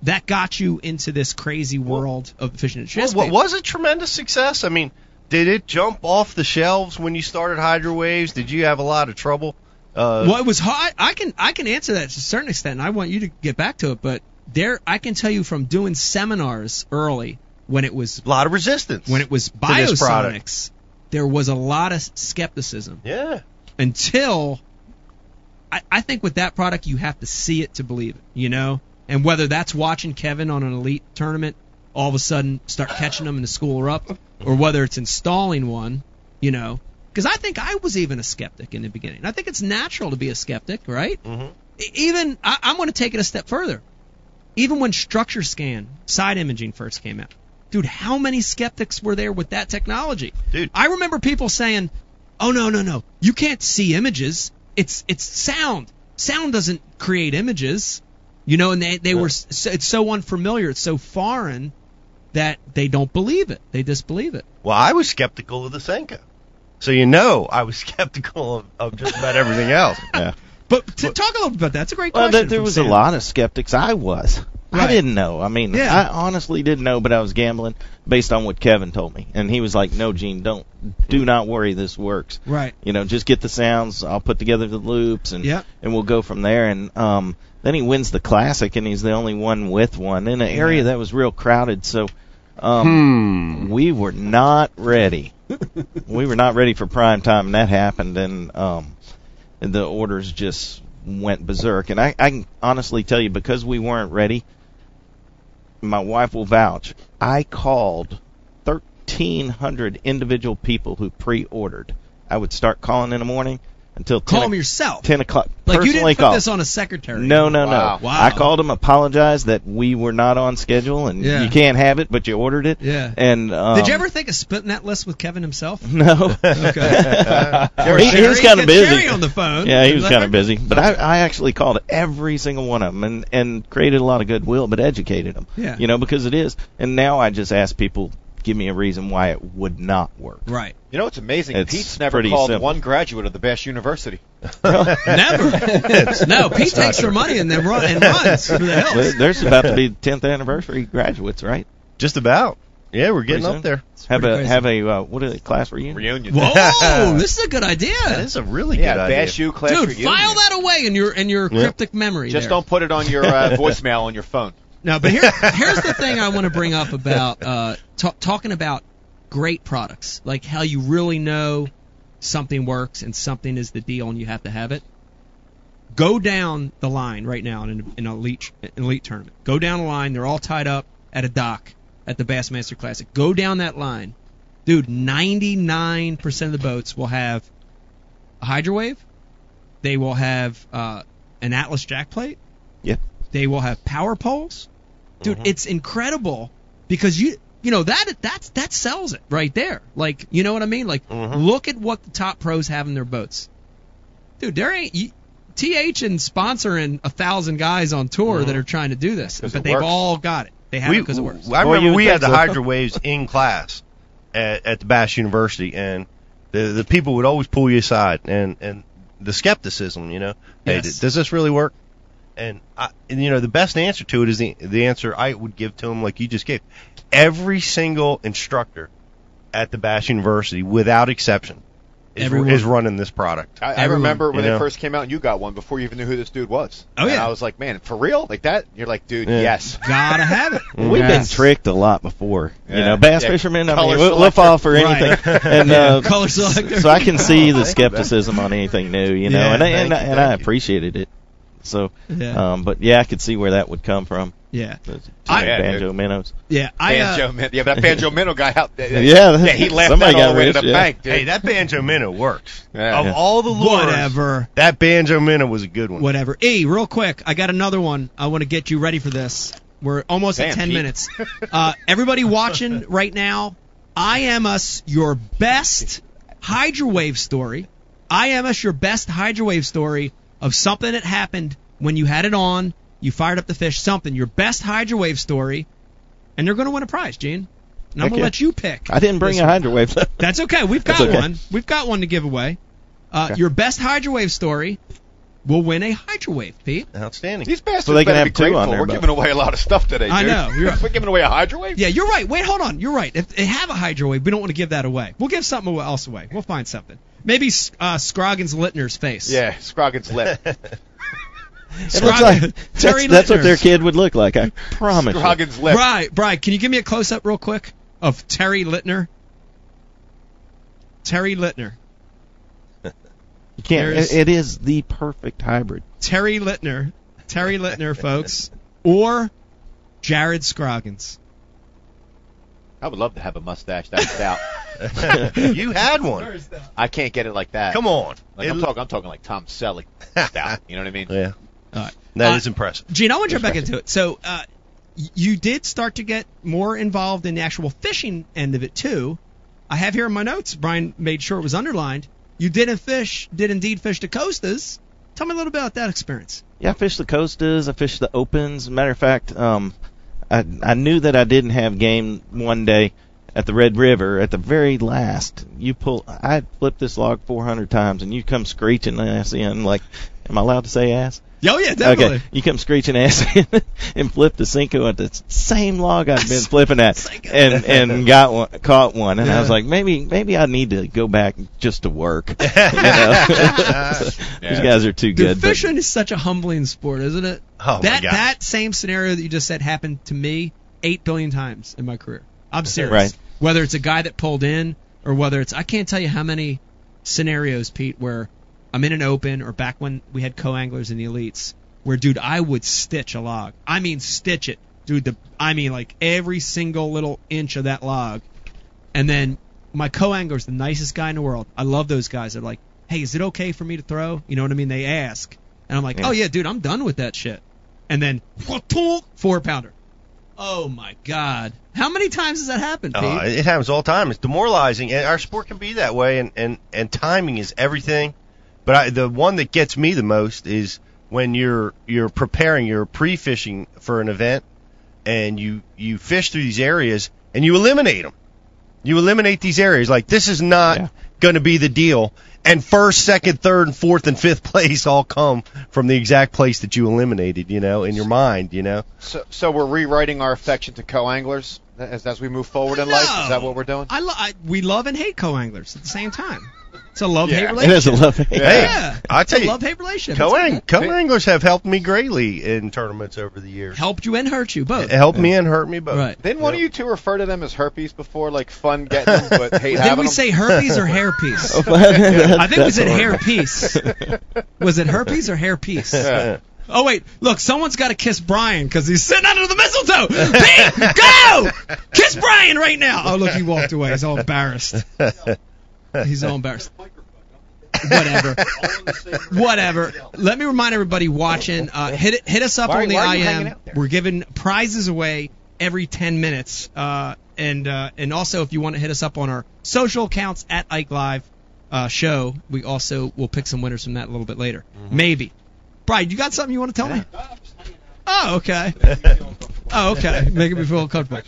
[SPEAKER 2] That got you into this crazy world of the fishing industry.
[SPEAKER 3] Well, what was it tremendous success? I mean, did it jump off the shelves when you started Hydro Waves? Did you have a lot of trouble? Uh,
[SPEAKER 2] well, it was hard. I can I can answer that to a certain extent, and I want you to get back to it. But there, I can tell you from doing seminars early when it was
[SPEAKER 3] a lot of resistance
[SPEAKER 2] when it was
[SPEAKER 3] this product.
[SPEAKER 2] biosonics, there was a lot of skepticism.
[SPEAKER 3] Yeah.
[SPEAKER 2] Until I, I think with that product, you have to see it to believe it. You know, and whether that's watching Kevin on an elite tournament, all of a sudden start catching them in the school or up, or whether it's installing one, you know. Because I think I was even a skeptic in the beginning. I think it's natural to be a skeptic, right?
[SPEAKER 3] Mm-hmm.
[SPEAKER 2] E- even I, I'm going to take it a step further. Even when structure scan side imaging first came out, dude, how many skeptics were there with that technology?
[SPEAKER 3] Dude,
[SPEAKER 2] I remember people saying, "Oh no, no, no, you can't see images. It's it's sound. Sound doesn't create images." You know, and they they were s- so, it's so unfamiliar, it's so foreign that they don't believe it. They disbelieve it.
[SPEAKER 3] Well, I was skeptical of the Senka. So you know I was skeptical of, of just about everything else.
[SPEAKER 8] Yeah.
[SPEAKER 2] But to talk a little bit about that, it's a great
[SPEAKER 8] Well,
[SPEAKER 2] question.
[SPEAKER 8] there, there
[SPEAKER 2] from
[SPEAKER 8] was
[SPEAKER 2] Sam.
[SPEAKER 8] a lot of skeptics. I was. I didn't know. I mean,
[SPEAKER 2] Yeah.
[SPEAKER 8] I honestly didn't know, but I was gambling based on what Kevin told me, and he was like, "No, Gene, don't, do not worry. This works.
[SPEAKER 2] Right.
[SPEAKER 8] You know, just get the sounds. I'll put together the loops, and
[SPEAKER 2] Yep.
[SPEAKER 8] and we'll go from there." And um, then he wins the classic, and he's the only one with one in an area that was real crowded. So, um, we were not ready. we were not ready for prime time, and that happened, and um, the orders just went berserk. And I, I can honestly tell you, because we weren't ready, my wife will vouch. I called 1,300 individual people who pre-ordered. I would start calling in the morning until 10
[SPEAKER 2] Call
[SPEAKER 8] o-
[SPEAKER 2] them yourself.
[SPEAKER 8] 10 o'clock.
[SPEAKER 2] Like you
[SPEAKER 8] personally
[SPEAKER 2] didn't put
[SPEAKER 8] call.
[SPEAKER 2] this on a secretary.
[SPEAKER 8] No, no,
[SPEAKER 2] Wow.
[SPEAKER 8] no.
[SPEAKER 2] Wow.
[SPEAKER 8] I called them, apologized that we were not on schedule, and
[SPEAKER 2] Yeah.
[SPEAKER 8] you can't have it, but you ordered it.
[SPEAKER 2] Yeah.
[SPEAKER 8] And um,
[SPEAKER 2] Did you ever think of splitting that list with Kevin himself?
[SPEAKER 8] No.
[SPEAKER 2] Okay. Or
[SPEAKER 8] he, he was
[SPEAKER 2] Jerry-
[SPEAKER 8] kind
[SPEAKER 2] get
[SPEAKER 8] of busy.
[SPEAKER 2] Jerry on the phone.
[SPEAKER 8] Yeah, he was
[SPEAKER 2] Like,
[SPEAKER 8] kind of busy.
[SPEAKER 2] Oh.
[SPEAKER 8] But I, I actually called every single one of them and, and created a lot of goodwill, but educated them.
[SPEAKER 2] Yeah.
[SPEAKER 8] You know, because it is. And now I just ask people, give me a reason why it would not work.
[SPEAKER 2] Right.
[SPEAKER 7] You know, it's amazing.
[SPEAKER 8] It's
[SPEAKER 7] Pete's never
[SPEAKER 8] pretty
[SPEAKER 7] called
[SPEAKER 8] simple.
[SPEAKER 7] one graduate of the best university.
[SPEAKER 2] Never. no, Pete takes their money and then run, and runs for the
[SPEAKER 8] Well,
[SPEAKER 2] hills.
[SPEAKER 8] There's about to be 10th anniversary graduates, right?
[SPEAKER 3] Just about. Yeah, we're
[SPEAKER 8] Pretty
[SPEAKER 3] getting
[SPEAKER 8] soon.
[SPEAKER 3] up there.
[SPEAKER 8] Have
[SPEAKER 2] pretty
[SPEAKER 8] a
[SPEAKER 2] crazy.
[SPEAKER 8] have a uh, what is it class reunion?
[SPEAKER 7] Reunion.
[SPEAKER 2] Whoa, this is a good idea.
[SPEAKER 3] That is a really
[SPEAKER 7] yeah,
[SPEAKER 3] good idea.
[SPEAKER 7] bash you class
[SPEAKER 2] Dude,
[SPEAKER 7] reunion.
[SPEAKER 2] file that away in your in your
[SPEAKER 3] Yeah.
[SPEAKER 2] cryptic memory.
[SPEAKER 7] Just
[SPEAKER 2] there.
[SPEAKER 7] don't put it on your uh, voicemail on your phone.
[SPEAKER 2] No, but here, here's the thing I want to bring up about uh, ta- talking about great products, like how you really know something works and something is the deal, and you have to have it. Go down the line right now in an, in an elite an elite tournament. Go down the line; they're all tied up at a dock at the Bassmaster Classic. Go down that line, dude. 99% of the boats will have a hydro wave. They will have uh, an Atlas jackplate.
[SPEAKER 8] Yeah.
[SPEAKER 2] They will have power poles. Dude,
[SPEAKER 8] Mm-hmm.
[SPEAKER 2] it's incredible because you you know that that's that sells it right there. Like, you know what I mean? Like
[SPEAKER 8] Mm-hmm.
[SPEAKER 2] look at what the top pros have in their boats. Dude, there ain't you, TH and sponsoring a thousand guys on tour
[SPEAKER 8] Mm-hmm.
[SPEAKER 2] that are trying to do this, but
[SPEAKER 7] it
[SPEAKER 2] they've
[SPEAKER 7] works.
[SPEAKER 2] all got it. They have it because it works.
[SPEAKER 3] I
[SPEAKER 8] Well,
[SPEAKER 3] remember
[SPEAKER 8] you would
[SPEAKER 3] we had
[SPEAKER 8] think
[SPEAKER 3] the
[SPEAKER 8] so.
[SPEAKER 3] Hydro Waves in class at, at the Bash University, and the the people would always pull you aside, and and the skepticism, you know, hey,
[SPEAKER 2] Yes.
[SPEAKER 3] d- does this really work? And I, and you know, the best answer to it is the the answer I would give to them, like you just gave. Every single instructor at the Bash University, without exception, is,
[SPEAKER 2] Everyone.
[SPEAKER 3] is running this product.
[SPEAKER 7] I, I
[SPEAKER 2] Everyone,
[SPEAKER 7] remember when
[SPEAKER 3] you know.
[SPEAKER 7] it first came out and you got one before you even knew who this dude was.
[SPEAKER 2] Oh,
[SPEAKER 7] And
[SPEAKER 2] yeah.
[SPEAKER 7] I was like, man, for real? Like that? You're like, dude,
[SPEAKER 3] Yeah.
[SPEAKER 7] yes.
[SPEAKER 2] Gotta have it.
[SPEAKER 8] We've
[SPEAKER 2] Mm-hmm. Yes.
[SPEAKER 8] been tricked a lot before. You
[SPEAKER 7] Yeah.
[SPEAKER 8] know, bass
[SPEAKER 7] Yeah.
[SPEAKER 8] fishermen, I
[SPEAKER 7] Color
[SPEAKER 8] mean, we'll, we'll
[SPEAKER 7] selector.
[SPEAKER 8] fall for
[SPEAKER 2] Right.
[SPEAKER 8] anything. And uh,
[SPEAKER 2] Color selector.
[SPEAKER 8] So I can see the skepticism on anything new, you know,
[SPEAKER 2] Yeah,
[SPEAKER 8] and I,
[SPEAKER 2] thank
[SPEAKER 8] and, I, and I appreciated it. So,
[SPEAKER 2] Yeah.
[SPEAKER 8] um, but yeah, I could see where that would come from.
[SPEAKER 2] Yeah.
[SPEAKER 8] The- to
[SPEAKER 2] I-
[SPEAKER 8] make
[SPEAKER 2] Yeah,
[SPEAKER 8] banjo minnows.
[SPEAKER 2] Yeah, I, uh,
[SPEAKER 7] Banjo Minnow. Yeah, but that Banjo Minnow guy out there.
[SPEAKER 8] Yeah,
[SPEAKER 7] yeah, he left
[SPEAKER 8] somebody
[SPEAKER 7] that all
[SPEAKER 8] got
[SPEAKER 7] the way to
[SPEAKER 8] rich,
[SPEAKER 7] the
[SPEAKER 8] yeah.
[SPEAKER 7] bank, dude.
[SPEAKER 3] Hey, that banjo minnow worked.
[SPEAKER 7] Yeah.
[SPEAKER 3] Of
[SPEAKER 7] Yeah.
[SPEAKER 3] all the lures,
[SPEAKER 2] Whatever.
[SPEAKER 3] That banjo minnow was a good one.
[SPEAKER 2] Whatever. E, real quick, I got another one. I want to get you ready for this. We're almost at
[SPEAKER 3] Damn,
[SPEAKER 2] 10
[SPEAKER 3] Pete.
[SPEAKER 2] minutes. Uh, everybody watching right now, I am us your best Hydra Wave story. I am us your best Hydra Wave story of something that happened when you had it on, you fired up the fish, something. Your best Hydra Wave story, and they're going to win a prize, Gene. And I'm
[SPEAKER 8] Heck
[SPEAKER 2] going to
[SPEAKER 8] yeah.
[SPEAKER 2] let you pick.
[SPEAKER 8] I didn't bring
[SPEAKER 2] this
[SPEAKER 8] a
[SPEAKER 2] one.
[SPEAKER 8] hydro wave.
[SPEAKER 2] That's okay. We've
[SPEAKER 8] That's
[SPEAKER 2] got
[SPEAKER 8] okay.
[SPEAKER 2] one. We've got one to give away. Uh,
[SPEAKER 8] Okay.
[SPEAKER 2] Your best Hydro Wave story will win a Hydro Wave, Pete.
[SPEAKER 3] Outstanding.
[SPEAKER 7] These bastards
[SPEAKER 8] So they can
[SPEAKER 7] better
[SPEAKER 8] have
[SPEAKER 7] be
[SPEAKER 8] two on
[SPEAKER 7] grateful.
[SPEAKER 8] there,
[SPEAKER 7] We're
[SPEAKER 8] but-
[SPEAKER 7] giving away a lot of stuff today, dude.
[SPEAKER 2] I know, you're right.
[SPEAKER 7] We're giving away a hydrowave.
[SPEAKER 2] Yeah, you're right. Wait, hold on. You're right. If they have a Hydro Wave, we don't want to give that away. We'll give something awa- else away. We'll find something. Maybe uh, Scroggins Littner's face.
[SPEAKER 7] Yeah, Scroggins lip.
[SPEAKER 8] It looks like- that's, that's what their kid would look like. I promise. you.
[SPEAKER 7] Scroggins lip.
[SPEAKER 2] Bri, Bri, can you give me a close up real quick of Terry Littner? Terry Littner.
[SPEAKER 8] You can't.
[SPEAKER 2] There's-
[SPEAKER 8] It, it is the perfect hybrid.
[SPEAKER 2] Terry Littner. Terry Littner, folks. Or Jared Scroggins.
[SPEAKER 7] I would love to have a mustache that stout.
[SPEAKER 3] you had one.
[SPEAKER 7] I can't get it like that.
[SPEAKER 3] Come on.
[SPEAKER 7] Like I'm talking, I'm talking like Tom Selleck stout. You know what I mean?
[SPEAKER 3] Yeah.
[SPEAKER 2] All right.
[SPEAKER 3] that is
[SPEAKER 2] Uh,
[SPEAKER 3] impressive.
[SPEAKER 2] Gene, I want to jump back into it. So, uh, y- you did start to get more involved in the actual fishing end of it too. I have here in my notes. Brian made sure it was underlined. You did in fish, did indeed fish the Costas. Tell me a little bit about that experience.
[SPEAKER 8] Yeah, I fished the coastas. I fished the opens. Matter of fact, um, I I knew that I didn't have game one day at the Red River. At the very last, you pull. I had flipped this log 400 times, and you come screeching ass in. Like, am I allowed to say ass?
[SPEAKER 2] Oh yeah,
[SPEAKER 8] Okay, you come screeching ass and flipped the Cinco at the same log I've been flipping at, and and got one, caught one, and I was like, maybe maybe I need to go back just to work. You know? These guys are too
[SPEAKER 2] Dude,
[SPEAKER 8] good. but-
[SPEAKER 2] fishing is such a humbling sport, isn't it?
[SPEAKER 3] Oh, my
[SPEAKER 2] that
[SPEAKER 3] God.
[SPEAKER 2] that same scenario that you just said happened to me eight billion times in my career. I'm serious.
[SPEAKER 8] Right.
[SPEAKER 2] Whether it's a guy that pulled in or whether it's I can't tell you how many scenarios, Pete, where I'm in an open or back when we had co anglers in the elites, where dude, I would stitch a log. I mean stitch it. Dude, the I mean like every single little inch of that log. And then my co-angler's the nicest guy in the world. I love those guys. They're like, "Hey, is it okay for me to throw?" You know what I mean? They ask, and I'm like,
[SPEAKER 8] Yeah.
[SPEAKER 2] "Oh yeah, dude, I'm done with that shit." And then four pounder. Oh my god, how many times has that happened, Pete?
[SPEAKER 3] Uh, it happens all the time. It's demoralizing, and our sport can be that way. And and and timing is everything. But I, the one that gets me the most is when you're you're preparing, you're pre-fishing for an event, and you you fish through these areas and you eliminate them. You eliminate these areas. Like this is not
[SPEAKER 8] Yeah.
[SPEAKER 3] going to be the deal. And first, second, third, and fourth, and fifth place all come from the exact place that you eliminated. You know, in your mind. You know.
[SPEAKER 7] So, so we're rewriting our affection to co-anglers as, as we move forward in life. Is that what we're doing?
[SPEAKER 2] I, lo- I we love and hate co-anglers at the same time. It's a love hate
[SPEAKER 7] Yeah.
[SPEAKER 8] It
[SPEAKER 2] relationship.
[SPEAKER 8] is a love.
[SPEAKER 3] Hey,
[SPEAKER 2] yeah,
[SPEAKER 3] I tell you,
[SPEAKER 2] love hate relationship. It's
[SPEAKER 3] Co-ang-
[SPEAKER 2] good.
[SPEAKER 3] co-anglers have helped me greatly in tournaments over the years.
[SPEAKER 2] helped you and hurt you both.
[SPEAKER 3] It helped me and hurt me both.
[SPEAKER 2] Right.
[SPEAKER 7] Didn't one of you two refer to them as herpes before? Like fun getting them, but hate having
[SPEAKER 2] Didn't we
[SPEAKER 7] them?
[SPEAKER 2] say herpes or hairpiece? I think we said hairpiece. Was it herpes or hairpiece?
[SPEAKER 7] Yeah.
[SPEAKER 2] Oh wait, look, someone's got to kiss Brian because he's sitting under the mistletoe. Pete, go kiss Brian right now. Oh look, he walked away. He's all embarrassed. He's all embarrassed. Whatever. Whatever. Let me remind everybody watching. Uh, hit it- hit us up
[SPEAKER 7] Why-
[SPEAKER 2] on the
[SPEAKER 7] why are you hanging
[SPEAKER 2] IM.
[SPEAKER 7] out there?
[SPEAKER 2] We're giving prizes away every 10 minutes. Uh, and uh, and also if you want to hit us up on our social accounts at Ike Live uh, show, we also will pick some winners from that a little bit later.
[SPEAKER 7] Mm-hmm.
[SPEAKER 2] Maybe. Brian, you got something you want to tell me? Oh, okay. oh, okay. Making me feel uncomfortable.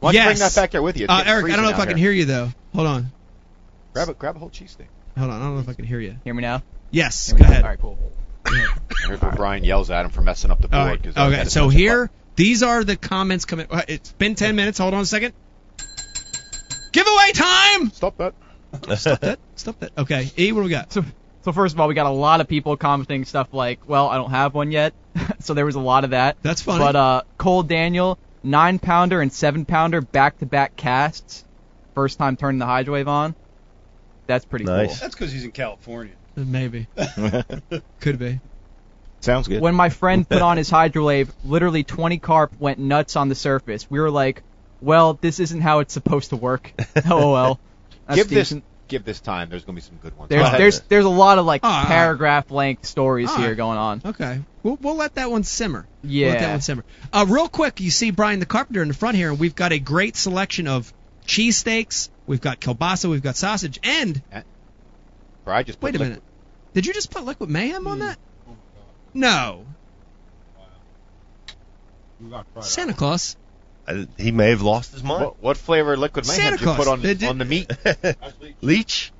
[SPEAKER 7] Why don't you bring
[SPEAKER 2] Yes.
[SPEAKER 7] that back there with you? It's
[SPEAKER 2] Uh,
[SPEAKER 7] getting
[SPEAKER 2] Eric, I
[SPEAKER 7] freezing
[SPEAKER 2] don't know if
[SPEAKER 7] out
[SPEAKER 2] I can
[SPEAKER 7] here.
[SPEAKER 2] hear you though. Hold on.
[SPEAKER 7] Grab a grab a whole cheesesteak.
[SPEAKER 2] Hold on. I don't know if I can hear you.
[SPEAKER 9] Hear me now?
[SPEAKER 2] Yes.
[SPEAKER 9] Hear me
[SPEAKER 2] Go
[SPEAKER 9] now?
[SPEAKER 2] ahead.
[SPEAKER 9] All right, cool.
[SPEAKER 7] Here's where Brian yells at him for messing up the
[SPEAKER 2] All
[SPEAKER 7] board.
[SPEAKER 2] right.
[SPEAKER 7] 'cause uh, that-
[SPEAKER 2] Okay.
[SPEAKER 7] that is
[SPEAKER 2] So
[SPEAKER 7] such a
[SPEAKER 2] here, these are the comments coming. uh, It's been 10 minutes. Hold on a second. Giveaway time.
[SPEAKER 7] fu- Stop that.
[SPEAKER 2] Stop that. Stop that. Okay. E, what do we got?
[SPEAKER 9] So, so first of all, we got a lot of people commenting stuff like, "Well, I don't have one yet," so there was a lot of that.
[SPEAKER 2] That's funny.
[SPEAKER 9] But uh, Cole Daniel, nine pounder and seven pounder back to back casts, first time turning the hydrowave on. That's pretty
[SPEAKER 3] Nice.
[SPEAKER 9] cool.
[SPEAKER 4] That's because he's in California.
[SPEAKER 2] Maybe. Could be.
[SPEAKER 8] Sounds good.
[SPEAKER 9] When my friend put on his hydrolave, literally 20 carp went nuts on the surface. We were like, well, this isn't how it's supposed to work. LOL. That's
[SPEAKER 7] give this
[SPEAKER 9] decent.
[SPEAKER 7] give this time. There's gonna be some good ones.
[SPEAKER 9] There's, there's there's a lot of like
[SPEAKER 2] All right.
[SPEAKER 9] paragraph length stories
[SPEAKER 2] All
[SPEAKER 9] here
[SPEAKER 2] right.
[SPEAKER 9] going on.
[SPEAKER 2] Okay. We'll, we'll let that one simmer. We'll let that
[SPEAKER 9] Yeah.
[SPEAKER 2] one simmer. Uh, real quick, you see Brian the Carpenter in the front here, and we've got a great selection of cheesesteaks. We've got kielbasa. We've got sausage. And
[SPEAKER 7] I just put
[SPEAKER 2] wait a
[SPEAKER 7] liquid-
[SPEAKER 2] minute. Did you just put liquid mayhem on that? No. Santa Claus.
[SPEAKER 3] Uh, he may have lost his mind.
[SPEAKER 7] What, what flavor liquid
[SPEAKER 2] Santa
[SPEAKER 7] mayhem did you put
[SPEAKER 2] Claus.
[SPEAKER 7] on,
[SPEAKER 2] They did-
[SPEAKER 7] on the meat?
[SPEAKER 3] Leech?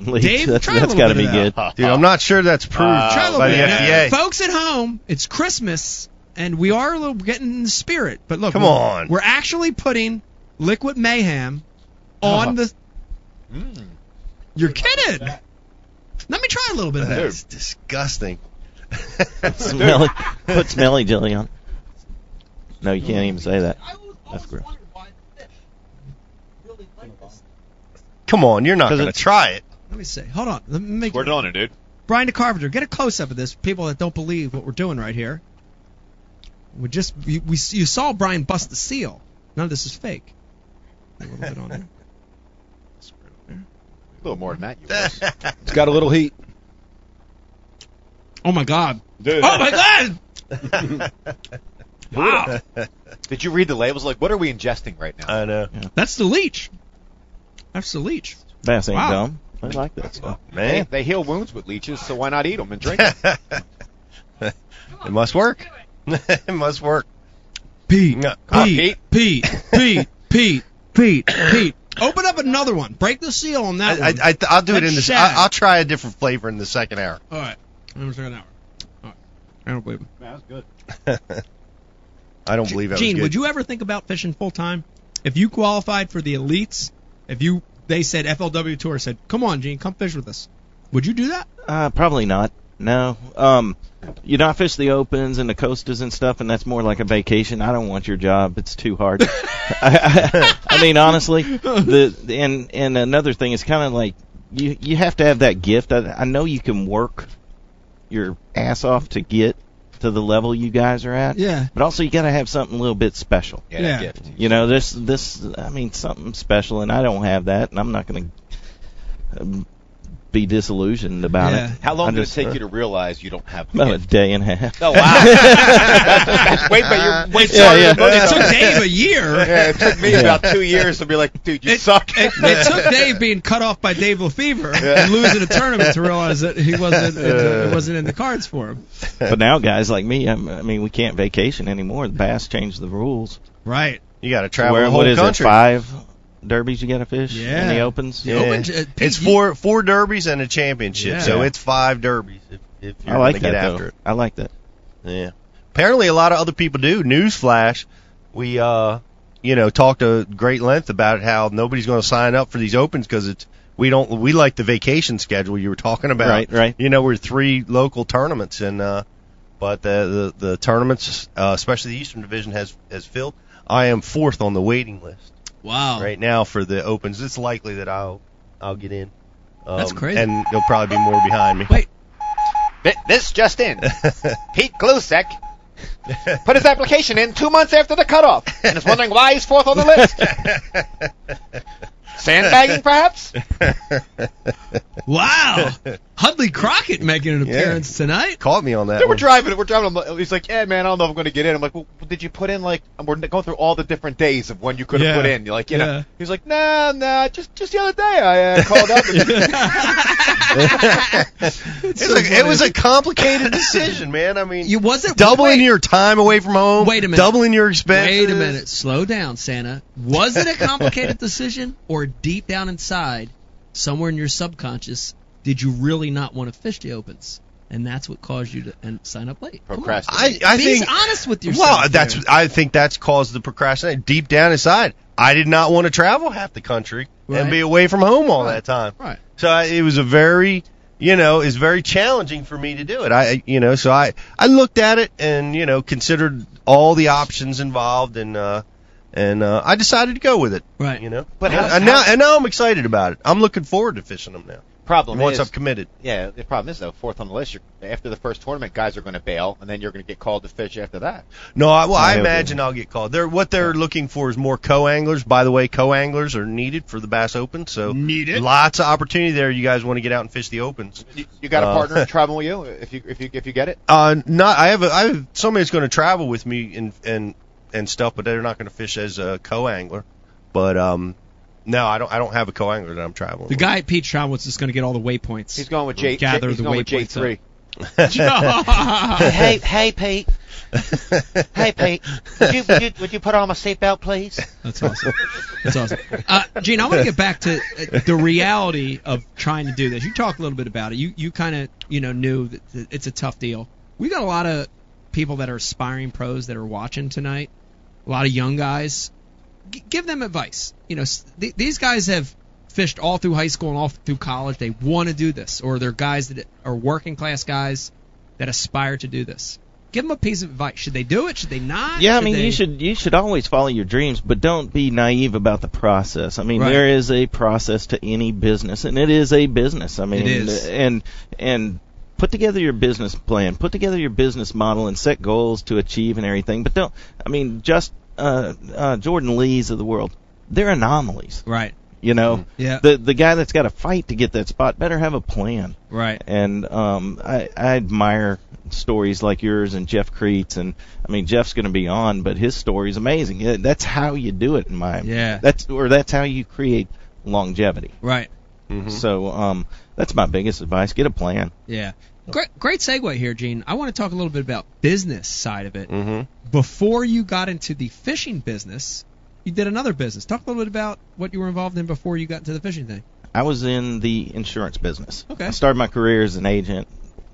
[SPEAKER 8] Leech,
[SPEAKER 2] Dave,
[SPEAKER 8] that's
[SPEAKER 2] try a
[SPEAKER 8] that's
[SPEAKER 2] little
[SPEAKER 8] got to
[SPEAKER 2] bit
[SPEAKER 8] be
[SPEAKER 2] of that.
[SPEAKER 8] good.
[SPEAKER 3] Dude, I'm not sure that's
[SPEAKER 8] Uh,
[SPEAKER 3] approved
[SPEAKER 2] Try a little
[SPEAKER 3] Uh, by the
[SPEAKER 2] bit. Now,
[SPEAKER 3] FDA.
[SPEAKER 2] folks at home, it's Christmas, and we are a little getting in the spirit. But look,
[SPEAKER 3] Come
[SPEAKER 2] we're,
[SPEAKER 3] on.
[SPEAKER 2] we're actually putting liquid mayhem on the.
[SPEAKER 3] Mm.
[SPEAKER 2] You're kidding. Let me try a little bit of
[SPEAKER 3] They're
[SPEAKER 2] that.
[SPEAKER 3] disgusting.
[SPEAKER 8] Smelly, put smelly jelly on. No, you can't even say that. That's gross.
[SPEAKER 3] Come on, you're not
[SPEAKER 8] 'Cause
[SPEAKER 3] going to
[SPEAKER 8] it's-
[SPEAKER 3] try it.
[SPEAKER 2] Let me see. Hold on. Let me make
[SPEAKER 7] Squirt it on it, dude.
[SPEAKER 2] Brian DeCarpenter, get a close up of this. People that don't believe what we're doing right here. We just you, we you saw Brian bust the seal. None of this is fake. A little bit on there.
[SPEAKER 7] A little more than that. You was.
[SPEAKER 4] It's got a little heat.
[SPEAKER 2] Oh my God.
[SPEAKER 4] Dude.
[SPEAKER 2] Oh my God. wow.
[SPEAKER 7] Did you read the labels? Like, what are we ingesting right now?
[SPEAKER 9] Uh,
[SPEAKER 3] I know.
[SPEAKER 2] That's the leech. That's the leech.
[SPEAKER 8] Bass ain't
[SPEAKER 2] Wow.
[SPEAKER 8] dumb. I like that stuff.
[SPEAKER 7] They,
[SPEAKER 9] eh?
[SPEAKER 3] Man,
[SPEAKER 7] they heal wounds with leeches, so why not eat them and drink them?
[SPEAKER 3] it must work. it must work.
[SPEAKER 2] Pete.
[SPEAKER 3] No,
[SPEAKER 7] on,
[SPEAKER 2] Pete. Pete. Pete. Pete. Pete. Pete. Open up another one. Break the seal on that
[SPEAKER 3] I, I,
[SPEAKER 2] one.
[SPEAKER 3] I, I'll do it
[SPEAKER 2] That's
[SPEAKER 3] in this.
[SPEAKER 2] sad.
[SPEAKER 3] I, I'll try a different flavor in the second hour.
[SPEAKER 2] All right. I'm just gonna. All right. I don't believe him.
[SPEAKER 4] that's good.
[SPEAKER 3] I don't believe that was
[SPEAKER 2] Gene,
[SPEAKER 3] good.
[SPEAKER 2] would you ever think about fishing full time? If you qualified for the elites, if you they said FLW tour said, "Come on, Gene, come fish with us," would you do that?
[SPEAKER 8] Uh, probably not. No. Um, you know, I fish the opens and the coastas and stuff, and that's more like a vacation. I don't want your job. It's too hard. I, I, mean, honestly, the and and another thing is kind of like you you have to have that gift. I, I know you can work your ass off to get to the level you guys are at.
[SPEAKER 2] Yeah.
[SPEAKER 8] But also, you got to have something a little bit special.
[SPEAKER 7] Yeah,
[SPEAKER 2] Yeah.
[SPEAKER 7] gift.
[SPEAKER 8] You know, this this I mean something special, and I don't have that, and I'm not going to um, be disillusioned about
[SPEAKER 2] Yeah.
[SPEAKER 8] it.
[SPEAKER 7] How long
[SPEAKER 8] I'm
[SPEAKER 7] did it
[SPEAKER 8] just,
[SPEAKER 7] take
[SPEAKER 8] uh,
[SPEAKER 7] you to realize you don't have a
[SPEAKER 8] About a
[SPEAKER 7] gift?
[SPEAKER 8] day and a half.
[SPEAKER 7] Oh, wow. That's- that's- wait, but you're way
[SPEAKER 8] Yeah,
[SPEAKER 7] smarter
[SPEAKER 8] yeah.
[SPEAKER 7] than most
[SPEAKER 2] It
[SPEAKER 7] of
[SPEAKER 2] took
[SPEAKER 7] us.
[SPEAKER 2] Dave a year.
[SPEAKER 7] Yeah, it took me about two years to be like, dude, you
[SPEAKER 2] It,
[SPEAKER 7] suck.
[SPEAKER 2] it, it took Dave being cut off by Dave Lefevre and losing a tournament to realize that he wasn't it wasn't in the cards for him.
[SPEAKER 8] But now guys like me, I'm, I mean, we can't vacation anymore. The Bass changed the rules.
[SPEAKER 2] Right.
[SPEAKER 3] You got to travel
[SPEAKER 8] Where
[SPEAKER 3] the
[SPEAKER 8] what
[SPEAKER 3] whole
[SPEAKER 8] is
[SPEAKER 3] country.
[SPEAKER 8] it? Five derbies you got to fish
[SPEAKER 2] Yeah.
[SPEAKER 8] in the opens.
[SPEAKER 3] Yeah.
[SPEAKER 2] Open- uh, Pete,
[SPEAKER 3] It's
[SPEAKER 2] you-
[SPEAKER 3] four four derbies and a championship,
[SPEAKER 2] Yeah.
[SPEAKER 3] so it's five derbies. If, if you're
[SPEAKER 8] I like
[SPEAKER 3] gonna
[SPEAKER 8] that
[SPEAKER 3] get
[SPEAKER 8] though.
[SPEAKER 3] after it.
[SPEAKER 8] I like that.
[SPEAKER 3] Yeah. Apparently, a lot of other people do. Newsflash, we uh, you know, talked a great length about how nobody's going to sign up for these opens because it's we don't we like the vacation schedule you were talking about.
[SPEAKER 8] Right, right.
[SPEAKER 3] You know, we're three local tournaments and uh, but the the, the tournaments, uh, especially the Eastern Division, has has filled. I am fourth on the waiting list
[SPEAKER 2] Wow.
[SPEAKER 3] right now for the opens. It's likely that I'll I'll get in. Um,
[SPEAKER 2] That's crazy.
[SPEAKER 3] And there'll probably be more behind me.
[SPEAKER 2] Wait.
[SPEAKER 7] Thi- This just in. Pete Glusek put his application in two months after the cutoff and is wondering why he's fourth on the list. Sandbagging, perhaps?
[SPEAKER 2] Wow. Hudley Crockett making an appearance tonight.
[SPEAKER 3] Caught me on that.
[SPEAKER 7] Then we're
[SPEAKER 3] one.
[SPEAKER 7] driving. We're driving. I'm like- He's like, "Yeah, man, I don't know if I'm going to get in." I'm like, well, "Did you put in like we're going through all the different days of when you could have
[SPEAKER 2] Yeah.
[SPEAKER 7] put in?" You're like, "You
[SPEAKER 2] Yeah.
[SPEAKER 7] know." He's like, "Nah, nah, just just the other day I uh, called up." And
[SPEAKER 3] It's a, it was a complicated decision, man. I mean,
[SPEAKER 2] You wasn't
[SPEAKER 3] doubling
[SPEAKER 2] wait.
[SPEAKER 3] your time away from home.
[SPEAKER 2] Wait a minute.
[SPEAKER 3] Doubling your expenses.
[SPEAKER 2] Wait a minute. Slow down, Santa. Was it a complicated decision, or deep down inside, somewhere in your subconscious, did you really not want to fish the opens? And that's what caused you to and sign up late. Come on.
[SPEAKER 7] Procrastinate.
[SPEAKER 3] I, I
[SPEAKER 2] Be
[SPEAKER 3] think.
[SPEAKER 2] honest with yourself.
[SPEAKER 3] Well, that's.
[SPEAKER 2] there.
[SPEAKER 3] I think that's caused the procrastination deep down inside. I did not want to travel half the country
[SPEAKER 2] Right.
[SPEAKER 3] and be away from home all that time.
[SPEAKER 2] right.
[SPEAKER 3] So I, it was a very, you know, it's very challenging for me to do it. I, you know, so I, I looked at it and you know considered all the options involved and, uh, and uh, I decided to go with it.
[SPEAKER 2] Right.
[SPEAKER 3] You know,
[SPEAKER 7] But how-
[SPEAKER 3] and now and now I'm excited about it. I'm looking forward to fishing them now.
[SPEAKER 7] problem
[SPEAKER 3] Once
[SPEAKER 7] is
[SPEAKER 3] I've committed.
[SPEAKER 7] Yeah, the problem is though, fourth on the list. You're, after the first tournament, guys are going to bail, and then you're going to get called to fish after that.
[SPEAKER 3] No, I, well,
[SPEAKER 7] I
[SPEAKER 3] I
[SPEAKER 7] hope
[SPEAKER 3] imagine I'll get called. They're what they're looking for is more co-anglers. By the way, co-anglers are needed for the Bass Open, so needed lots of opportunity there. You guys want to get out and fish the opens.
[SPEAKER 7] You got
[SPEAKER 3] Uh,
[SPEAKER 7] a partner in traveling with you if you if you if you get it.
[SPEAKER 3] Uh, not I have a, I have somebody that's going to travel with me and and and stuff, but they're not going to fish as a co-angler. But um, no, I don't I don't have a co-angler that I'm traveling.
[SPEAKER 2] The guy at Pete Travelwood's is going to get all the waypoints.
[SPEAKER 7] He's going with J.
[SPEAKER 2] Gather
[SPEAKER 7] he's
[SPEAKER 2] the
[SPEAKER 7] going with J
[SPEAKER 2] waypoints
[SPEAKER 7] three.
[SPEAKER 2] Hey-
[SPEAKER 7] hey, Pete. hey, Pete. Would you, would you would you put on my seatbelt, please?
[SPEAKER 2] That's awesome. That's awesome. Uh, Gene, I want to get back to uh, the reality of trying to do this. You talked a little bit about it. You you kind of you know knew that that it's a tough deal. We got a lot of people that are aspiring pros that are watching tonight. A lot of young guys. G- give them advice. You know, s- th- these guys have fished all through high school and all through college. They want to do this, or they're guys that are working class guys that aspire to do this. Give them a piece of advice. Should they do it? Should they not?
[SPEAKER 8] Yeah, I
[SPEAKER 2] Should
[SPEAKER 8] mean,
[SPEAKER 2] they-
[SPEAKER 8] you should you should always follow your dreams, but don't be naive about the process. I mean,
[SPEAKER 2] Right.
[SPEAKER 8] there is a process to any business, and it is a business. I mean,
[SPEAKER 2] is.
[SPEAKER 8] and and put together your business plan, put together your business model, and set goals to achieve and everything. But don't, I mean, just uh, uh, Jordan Lee's of the world, they're anomalies.
[SPEAKER 2] Right.
[SPEAKER 8] You know,
[SPEAKER 2] Mm-hmm. Yeah.
[SPEAKER 8] the the guy that's got to fight to get that spot better have a plan.
[SPEAKER 2] Right.
[SPEAKER 8] And um, I, I admire stories like yours and Jeff Creets, and I mean Jeff's going to be on, but his story is amazing. Yeah, That's how you do it in my
[SPEAKER 2] Yeah.
[SPEAKER 8] That's or that's how you create longevity.
[SPEAKER 2] Right.
[SPEAKER 8] So um, that's my biggest advice: get a plan.
[SPEAKER 2] Yeah. Great, great segue here, Gene. I want to talk a little bit about business side of it. Mm-hmm. Before you got into the fishing business, you did another business. Talk a little bit about what you were involved in before you got into the fishing thing.
[SPEAKER 8] I was in the insurance business.
[SPEAKER 2] Okay.
[SPEAKER 8] I started my career as an agent,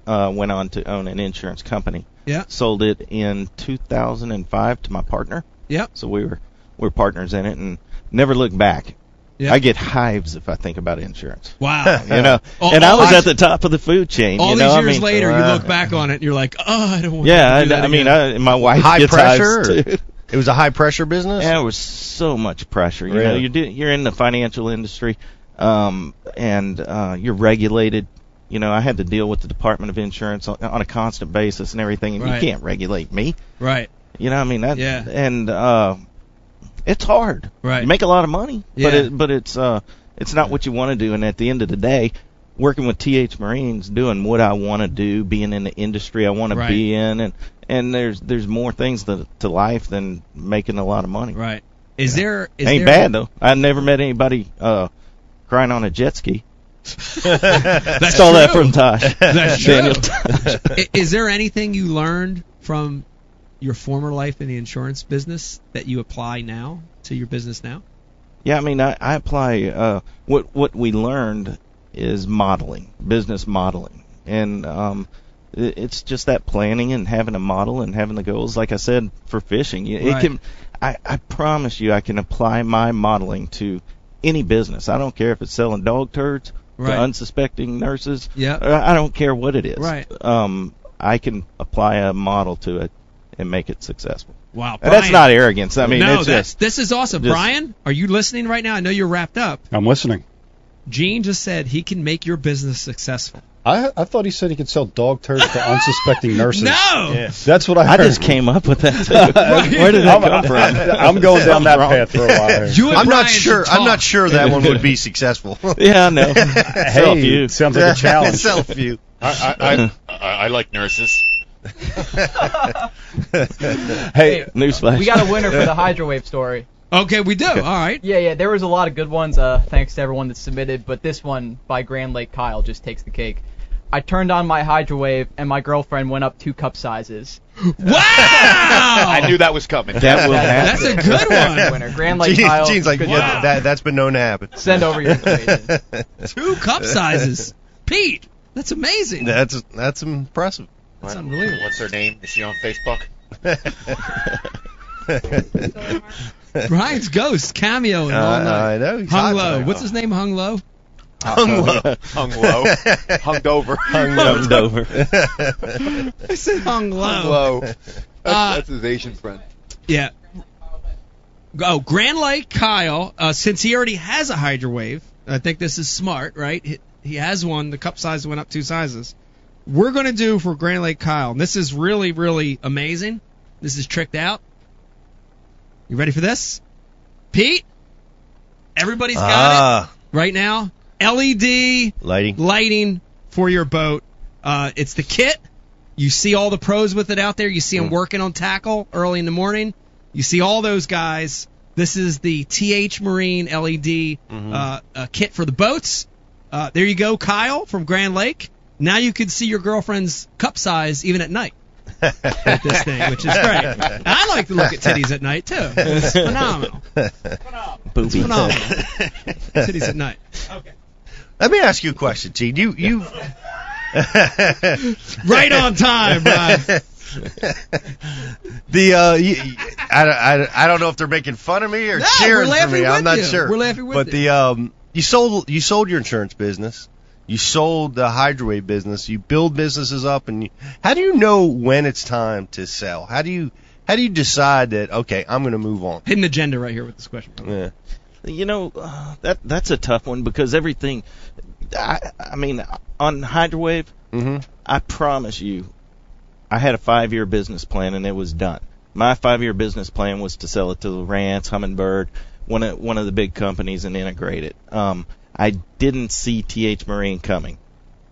[SPEAKER 8] uh, went on to own an insurance company.
[SPEAKER 2] Yeah.
[SPEAKER 8] Sold it in 2005 to my partner.
[SPEAKER 2] Yep.
[SPEAKER 8] So we were we were partners in it and never looked back.
[SPEAKER 2] Yeah.
[SPEAKER 8] I get hives if I think about insurance.
[SPEAKER 2] Wow.
[SPEAKER 8] you know,
[SPEAKER 2] All-
[SPEAKER 8] and I
[SPEAKER 2] all
[SPEAKER 8] was
[SPEAKER 2] these-
[SPEAKER 8] at the top of the food chain.
[SPEAKER 2] All
[SPEAKER 8] you know?
[SPEAKER 2] these
[SPEAKER 8] I
[SPEAKER 2] years
[SPEAKER 8] mean- uh,
[SPEAKER 2] later, you look back on it and you're like, oh, I don't want
[SPEAKER 8] Yeah,
[SPEAKER 2] to do
[SPEAKER 8] I,
[SPEAKER 2] that
[SPEAKER 8] I mean,
[SPEAKER 2] again."
[SPEAKER 8] I, my wife
[SPEAKER 3] High
[SPEAKER 8] gets hives
[SPEAKER 3] pressure?
[SPEAKER 8] too.
[SPEAKER 3] It was a high pressure business.
[SPEAKER 8] Yeah, it was so much pressure. You know,
[SPEAKER 3] Really?
[SPEAKER 8] you're do, you're in the financial industry, um, and uh, you're regulated. You know, I had to deal with the Department of Insurance on, on a constant basis and everything, and
[SPEAKER 2] Right.
[SPEAKER 8] you can't regulate me.
[SPEAKER 2] right.
[SPEAKER 8] You know, what I mean, that,
[SPEAKER 2] Yeah.
[SPEAKER 8] and uh, it's hard.
[SPEAKER 2] Right.
[SPEAKER 8] You make a lot of money,
[SPEAKER 2] Yeah.
[SPEAKER 8] but it, but it's uh, it's not what you want to do. And at the end of the day, working with TH Marines, doing what I want to do, being in the industry I want to
[SPEAKER 2] Right.
[SPEAKER 8] be in, and and there's there's more things to, to life than making a lot of money.
[SPEAKER 2] Right. Is there? Is
[SPEAKER 8] Ain't
[SPEAKER 2] there,
[SPEAKER 8] bad though. I never met anybody uh, crying on a jet ski.
[SPEAKER 2] That's
[SPEAKER 8] Stole that
[SPEAKER 2] true.
[SPEAKER 8] from Tosh.
[SPEAKER 2] That's
[SPEAKER 8] Daniel
[SPEAKER 2] true.
[SPEAKER 8] Tosh.
[SPEAKER 2] I- is there anything you learned from your former life in the insurance business that you apply now to your business now?
[SPEAKER 8] Yeah, I mean, I, I apply uh, what what we learned is modeling, business modeling, and um, i- it's just that planning and having a model and having the goals. Like I said, for fishing, You-
[SPEAKER 2] Right.
[SPEAKER 8] it can. I, I promise you, I can apply my modeling to any business. I don't care if it's selling dog turds
[SPEAKER 2] Right.
[SPEAKER 8] to unsuspecting nurses.
[SPEAKER 2] Yeah.
[SPEAKER 8] or I don't care what it is.
[SPEAKER 2] Right.
[SPEAKER 8] Um, I can apply a model to it and make it successful.
[SPEAKER 2] Wow.
[SPEAKER 8] And that's
[SPEAKER 2] Brian.
[SPEAKER 8] not arrogance. I mean,
[SPEAKER 2] no,
[SPEAKER 8] it's
[SPEAKER 2] that's,
[SPEAKER 8] just
[SPEAKER 2] this is awesome.
[SPEAKER 8] just-
[SPEAKER 2] Brian, are you listening right now? I know you're wrapped up.
[SPEAKER 4] I'm listening.
[SPEAKER 2] Gene just said he can make your business successful.
[SPEAKER 4] I I thought he said he could sell dog turds to unsuspecting nurses.
[SPEAKER 2] No!
[SPEAKER 4] That's what I
[SPEAKER 8] I
[SPEAKER 4] heard.
[SPEAKER 8] just came up with that. Too. Where did that
[SPEAKER 4] I'm,
[SPEAKER 8] come from?
[SPEAKER 4] I'm going down that path for a while. here.
[SPEAKER 2] You and
[SPEAKER 3] I'm
[SPEAKER 2] Brian
[SPEAKER 3] not sure.
[SPEAKER 2] should
[SPEAKER 3] I'm
[SPEAKER 2] talk.
[SPEAKER 3] not sure that one would be successful.
[SPEAKER 8] Yeah, I know. Sell a few.
[SPEAKER 4] Hey, sounds like a challenge.
[SPEAKER 3] Sell a few.
[SPEAKER 10] I, I, I, I like nurses.
[SPEAKER 4] Hey,
[SPEAKER 2] Ah.
[SPEAKER 8] Newsflash.
[SPEAKER 9] We got a winner for the hydrowave story.
[SPEAKER 2] Okay, we do. All right.
[SPEAKER 9] Yeah, yeah. There was a lot of good ones. Uh, thanks to everyone that submitted, but this one by Grand Lake Kyle just takes the cake. I turned on my hydrowave and my girlfriend went up two cup sizes.
[SPEAKER 2] Wow!
[SPEAKER 10] I knew that was coming.
[SPEAKER 8] That will happen.
[SPEAKER 2] That's a good one.
[SPEAKER 9] Winner, Grand Lake
[SPEAKER 3] Gene-
[SPEAKER 9] Kyle.
[SPEAKER 3] Gene's like,
[SPEAKER 9] good
[SPEAKER 3] yeah,
[SPEAKER 9] job.
[SPEAKER 3] that, that's been known to happen.
[SPEAKER 9] Send over your information.
[SPEAKER 2] Two cup sizes. Pete, that's amazing.
[SPEAKER 3] That's that's impressive.
[SPEAKER 2] That's unbelievable.
[SPEAKER 10] What's her name? Is she on Facebook?
[SPEAKER 2] Brian's ghost cameo and
[SPEAKER 3] Uh,
[SPEAKER 2] all night.
[SPEAKER 3] I know, he's
[SPEAKER 2] Hung
[SPEAKER 3] hot
[SPEAKER 2] Low.
[SPEAKER 3] tonight.
[SPEAKER 2] What's his name? Hung Low.
[SPEAKER 3] Hung low.
[SPEAKER 10] Hung low. Hung over. Hung
[SPEAKER 8] Dumbed over.
[SPEAKER 2] I said Hung Low.
[SPEAKER 10] low. That's,
[SPEAKER 2] Uh,
[SPEAKER 10] that's his Asian friend.
[SPEAKER 2] Yeah. Oh, Grand Lake Kyle, uh, since he already has a hydrowave, I think this is smart, right? He- He has one. The cup size went up two sizes. We're going to do for Grand Lake Kyle, and this is really, really amazing. This is tricked out. You ready for this? Pete? Everybody's got
[SPEAKER 3] Ah.
[SPEAKER 2] it right now. E LED
[SPEAKER 3] Lighting.
[SPEAKER 2] lighting for your boat. Uh, it's the kit. You see all the pros with it out there. You see them working on tackle early in the morning. You see all those guys. This is the TH Marine LED uh, uh, kit for the boats. Uh, there you go, Kyle from Grand Lake. Now you can see your girlfriend's cup size even at night. with this thing, which is great. I like to look at titties at night too. It's phenomenal. It's
[SPEAKER 3] Booby.
[SPEAKER 2] phenomenal. titties at night.
[SPEAKER 3] Let me ask you a question, T. You you
[SPEAKER 2] Right on time, Brian.
[SPEAKER 3] the uh, you, I, I, I don't know if they're making fun of me or
[SPEAKER 2] No, we're
[SPEAKER 3] cheering for
[SPEAKER 2] laughing
[SPEAKER 3] me.
[SPEAKER 2] with
[SPEAKER 3] I'm not
[SPEAKER 2] you.
[SPEAKER 3] sure.
[SPEAKER 2] We're laughing with
[SPEAKER 3] but
[SPEAKER 2] you.
[SPEAKER 3] the um, you sold you sold your insurance business. You sold the hydroway business. You build businesses up, and you, how do you know when it's time to sell? How do you how do you decide that okay, I'm going to move on?
[SPEAKER 2] Hidden agenda right here with this question.
[SPEAKER 3] Yeah.
[SPEAKER 8] You know, uh, that that's a tough one because everything. I, I mean, on Hydrowave, I promise you, I had a five-year business plan and it was done. My five-year business plan was to sell it to Lowrance, Humminbird, one of one of the big companies, and integrate it. Um, I didn't see TH Marine coming,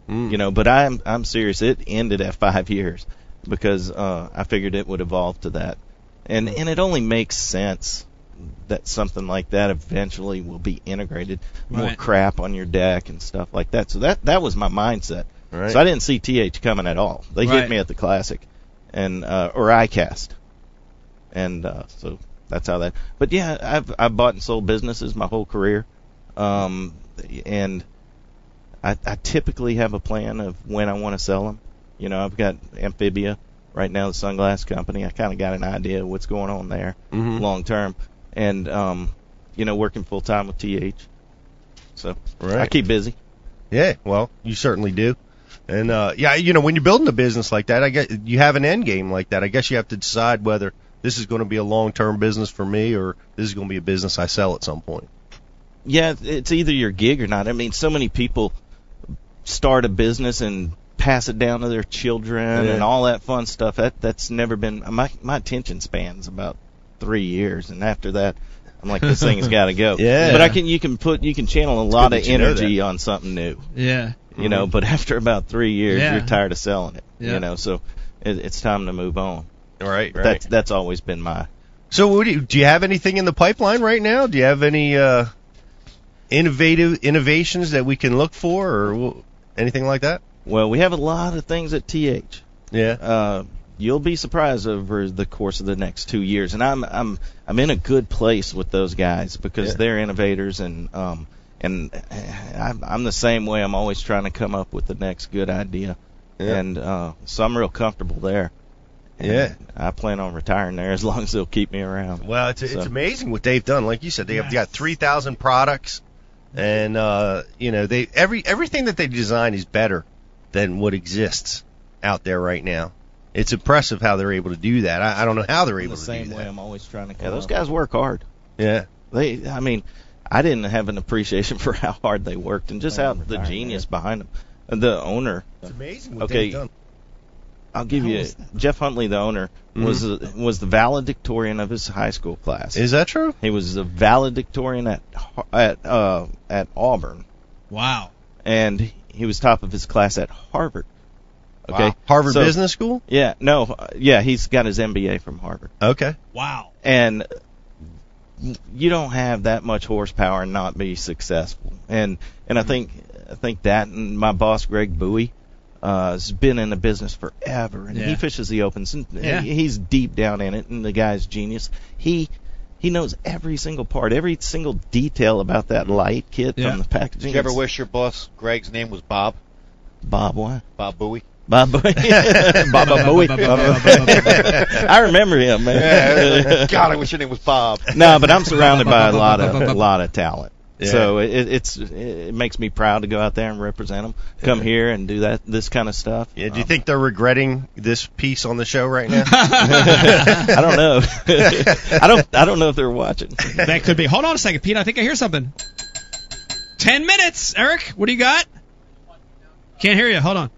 [SPEAKER 8] you know, but I'm I'm serious. It ended at five years because uh, I figured it would evolve to that, and and it only makes sense that something like that eventually will be integrated. More
[SPEAKER 2] Right.
[SPEAKER 8] crap on your deck and stuff like that. So that that was my mindset.
[SPEAKER 3] Right.
[SPEAKER 8] So I didn't see TH coming at all. They
[SPEAKER 2] Right.
[SPEAKER 8] hit me at the classic, and uh, or ICAST, and uh, so that's how that. But yeah, I've I've bought and sold businesses my whole career, um, and I, I typically have a plan of when I want to sell them. You know, I've got Amphibia right now, the sunglass company. I kind of got an idea of what's going on there
[SPEAKER 3] Mhm.
[SPEAKER 8] long term, and um, you know, working full time with TH. So I
[SPEAKER 3] Right.
[SPEAKER 8] keep busy.
[SPEAKER 3] Yeah, well, you certainly do. And uh yeah, you know, when you're building a business like that, I guess you have an end game like that. I guess you have to decide whether this is going to be a long-term business for me or this is going to be a business I sell at some point.
[SPEAKER 8] yeah, it's either your gig or not. I mean, so many people start a business and pass it down to their children
[SPEAKER 3] Yeah.
[SPEAKER 8] and all that fun stuff. That that's never been my my attention span's about three years, and after that, I'm like, this thing's got to go.
[SPEAKER 3] Yeah.
[SPEAKER 8] But I can you can put you can channel a lot
[SPEAKER 3] good
[SPEAKER 8] of
[SPEAKER 3] that Mm-hmm. you know
[SPEAKER 8] energy on something new,
[SPEAKER 2] Yeah.
[SPEAKER 8] you know. But after about three years,
[SPEAKER 2] Yeah.
[SPEAKER 8] you're tired of selling it,
[SPEAKER 2] Yeah.
[SPEAKER 8] you know. So it, it's time to move on.
[SPEAKER 3] Right,
[SPEAKER 8] That's that's always been my
[SPEAKER 3] So what do you, do you have anything in the pipeline right now? Do you have any uh innovative innovations that we can look for or wh- anything like that?
[SPEAKER 8] Well, we have a lot of things at TH.
[SPEAKER 3] Yeah.
[SPEAKER 8] Uh, you'll be surprised over the course of the next two years, and I'm I'm I'm in a good place with those guys because
[SPEAKER 3] Yeah.
[SPEAKER 8] they're innovators and um and I'm, I'm the same way. I'm always trying to come up with the next good idea,
[SPEAKER 3] Yeah.
[SPEAKER 8] and uh, so I'm real comfortable there. And
[SPEAKER 3] Yeah.
[SPEAKER 8] I plan on retiring there as long as they'll keep me around.
[SPEAKER 3] Well, it's, it's
[SPEAKER 8] So-
[SPEAKER 3] amazing what they've done. Like you said, they have got 3,000 products, and uh, you know they every everything that they design is better than what exists out there right now. It's impressive how they're able to do that. I, I don't know how they're
[SPEAKER 8] I'm
[SPEAKER 3] able
[SPEAKER 8] the
[SPEAKER 3] to do
[SPEAKER 8] same
[SPEAKER 3] that.
[SPEAKER 8] way. I'm always trying to. Come
[SPEAKER 3] Yeah, those
[SPEAKER 8] those guys work hard.
[SPEAKER 3] Yeah,
[SPEAKER 8] They, I mean, I didn't have an appreciation for how hard they worked and just how the genius behind them. And The owner,
[SPEAKER 3] it's amazing
[SPEAKER 8] what Okay. they've done. I'll give you Jeff Huntley, the owner,
[SPEAKER 3] Mm-hmm.
[SPEAKER 8] was uh was the valedictorian of his high school class.
[SPEAKER 3] Is that true?
[SPEAKER 8] He was the valedictorian at Har- at uh, at Auburn,
[SPEAKER 2] Wow.
[SPEAKER 8] and he was top of his class at Harvard. Okay,
[SPEAKER 3] Wow. Harvard
[SPEAKER 8] So-
[SPEAKER 3] Business School.
[SPEAKER 8] Yeah, no, uh, yeah, he's got his MBA from Harvard.
[SPEAKER 3] Okay.
[SPEAKER 2] Wow.
[SPEAKER 8] and you don't have that much horsepower and not be successful. And and I
[SPEAKER 2] Mm-hmm.
[SPEAKER 8] think I think that and my boss Greg Bowie uh, has been in the business forever, and
[SPEAKER 2] Yeah.
[SPEAKER 8] he fishes the opens, and and
[SPEAKER 2] Yeah.
[SPEAKER 8] he, he's deep down in it. And the guy's genius. He he knows every single part, every single detail about that light kit
[SPEAKER 2] Yeah.
[SPEAKER 8] from the packaging.
[SPEAKER 7] Did you ever
[SPEAKER 8] It's
[SPEAKER 7] wish your boss Greg's name was Bob?
[SPEAKER 8] Bob why?
[SPEAKER 7] Bob Bowie.
[SPEAKER 8] Bob Bowie. Bob Bowie. I remember him, man.
[SPEAKER 7] God, I wish your name was Bob.
[SPEAKER 8] no, but I'm surrounded by a lot of a lot of talent.
[SPEAKER 3] Yeah.
[SPEAKER 8] So it, it's it makes me proud to go out there and represent them. Come here and do that this kind of stuff.
[SPEAKER 3] Yeah. Do you think they're regretting this piece on the show right now?
[SPEAKER 8] I don't know. I don't I don't know if they're watching.
[SPEAKER 2] That could be. Hold on a second, Pete. I think I hear something. Ten minutes, Eric. What do you got? Can't hear you. Hold on.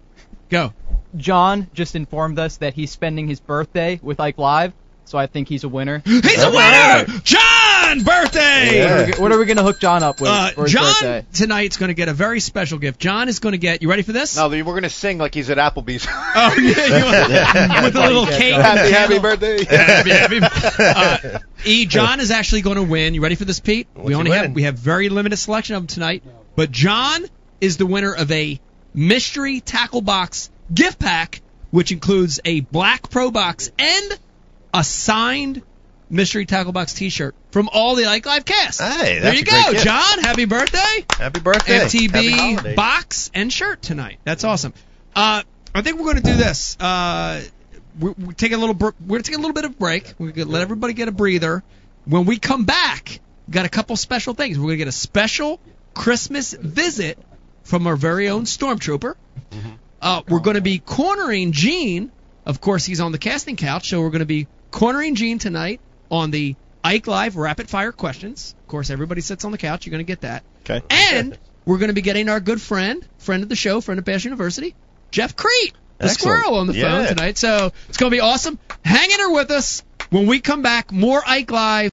[SPEAKER 2] Go.
[SPEAKER 9] John just informed us that he's spending his birthday with Ike Live, so I think he's a winner.
[SPEAKER 2] He's a winner! John, birthday!
[SPEAKER 9] What, are we, what are we gonna hook John up with
[SPEAKER 2] Uh,
[SPEAKER 9] for his
[SPEAKER 2] John
[SPEAKER 9] birthday?
[SPEAKER 2] tonight's going to get a very special gift. John is going to get. You ready for this?
[SPEAKER 7] No, we're gonna sing like he's at Applebee's.
[SPEAKER 2] Oh yeah, you- with a little cake. and
[SPEAKER 7] Happy, happy
[SPEAKER 2] candle.
[SPEAKER 7] birthday.
[SPEAKER 2] Happy, happy- uh, e. John is actually going to win. You ready for this, Pete? we only have we have very limited selection of them tonight, but John is the winner of a mystery tackle box gift pack, which includes a black pro box and a signed mystery tackle box T-shirt from all the Ike Live cast.
[SPEAKER 3] Hey,
[SPEAKER 2] there
[SPEAKER 3] that's
[SPEAKER 2] you
[SPEAKER 3] a great
[SPEAKER 2] go,
[SPEAKER 3] gift.
[SPEAKER 2] John. Happy birthday!
[SPEAKER 3] Happy birthday. Happy
[SPEAKER 2] FTB
[SPEAKER 3] holidays.
[SPEAKER 2] box and shirt tonight. That's awesome. Uh, I think we're going to do this. Uh, we're, we're taking a little. Br- we're going to take a little bit of break. We're going to let everybody get a breather. When we come back, we've got a couple special things. We're going to get a special Christmas visit from our very own stormtrooper.
[SPEAKER 3] Mm-hmm.
[SPEAKER 2] Uh, we're going to be cornering Gene. Of course, he's on the casting couch, so we're going to be cornering Gene tonight on the Ike Live rapid fire questions. Of course, everybody sits on the couch. You're going to get that.
[SPEAKER 8] Okay.
[SPEAKER 2] And we're going to be getting our good friend, friend of the show, friend of Bash University, Jeff Crete, the
[SPEAKER 8] Excellent.
[SPEAKER 2] squirrel, on the
[SPEAKER 8] Yeah.
[SPEAKER 2] phone tonight. So it's going to be awesome. Hang in there with us. When we come back, more Ike Live.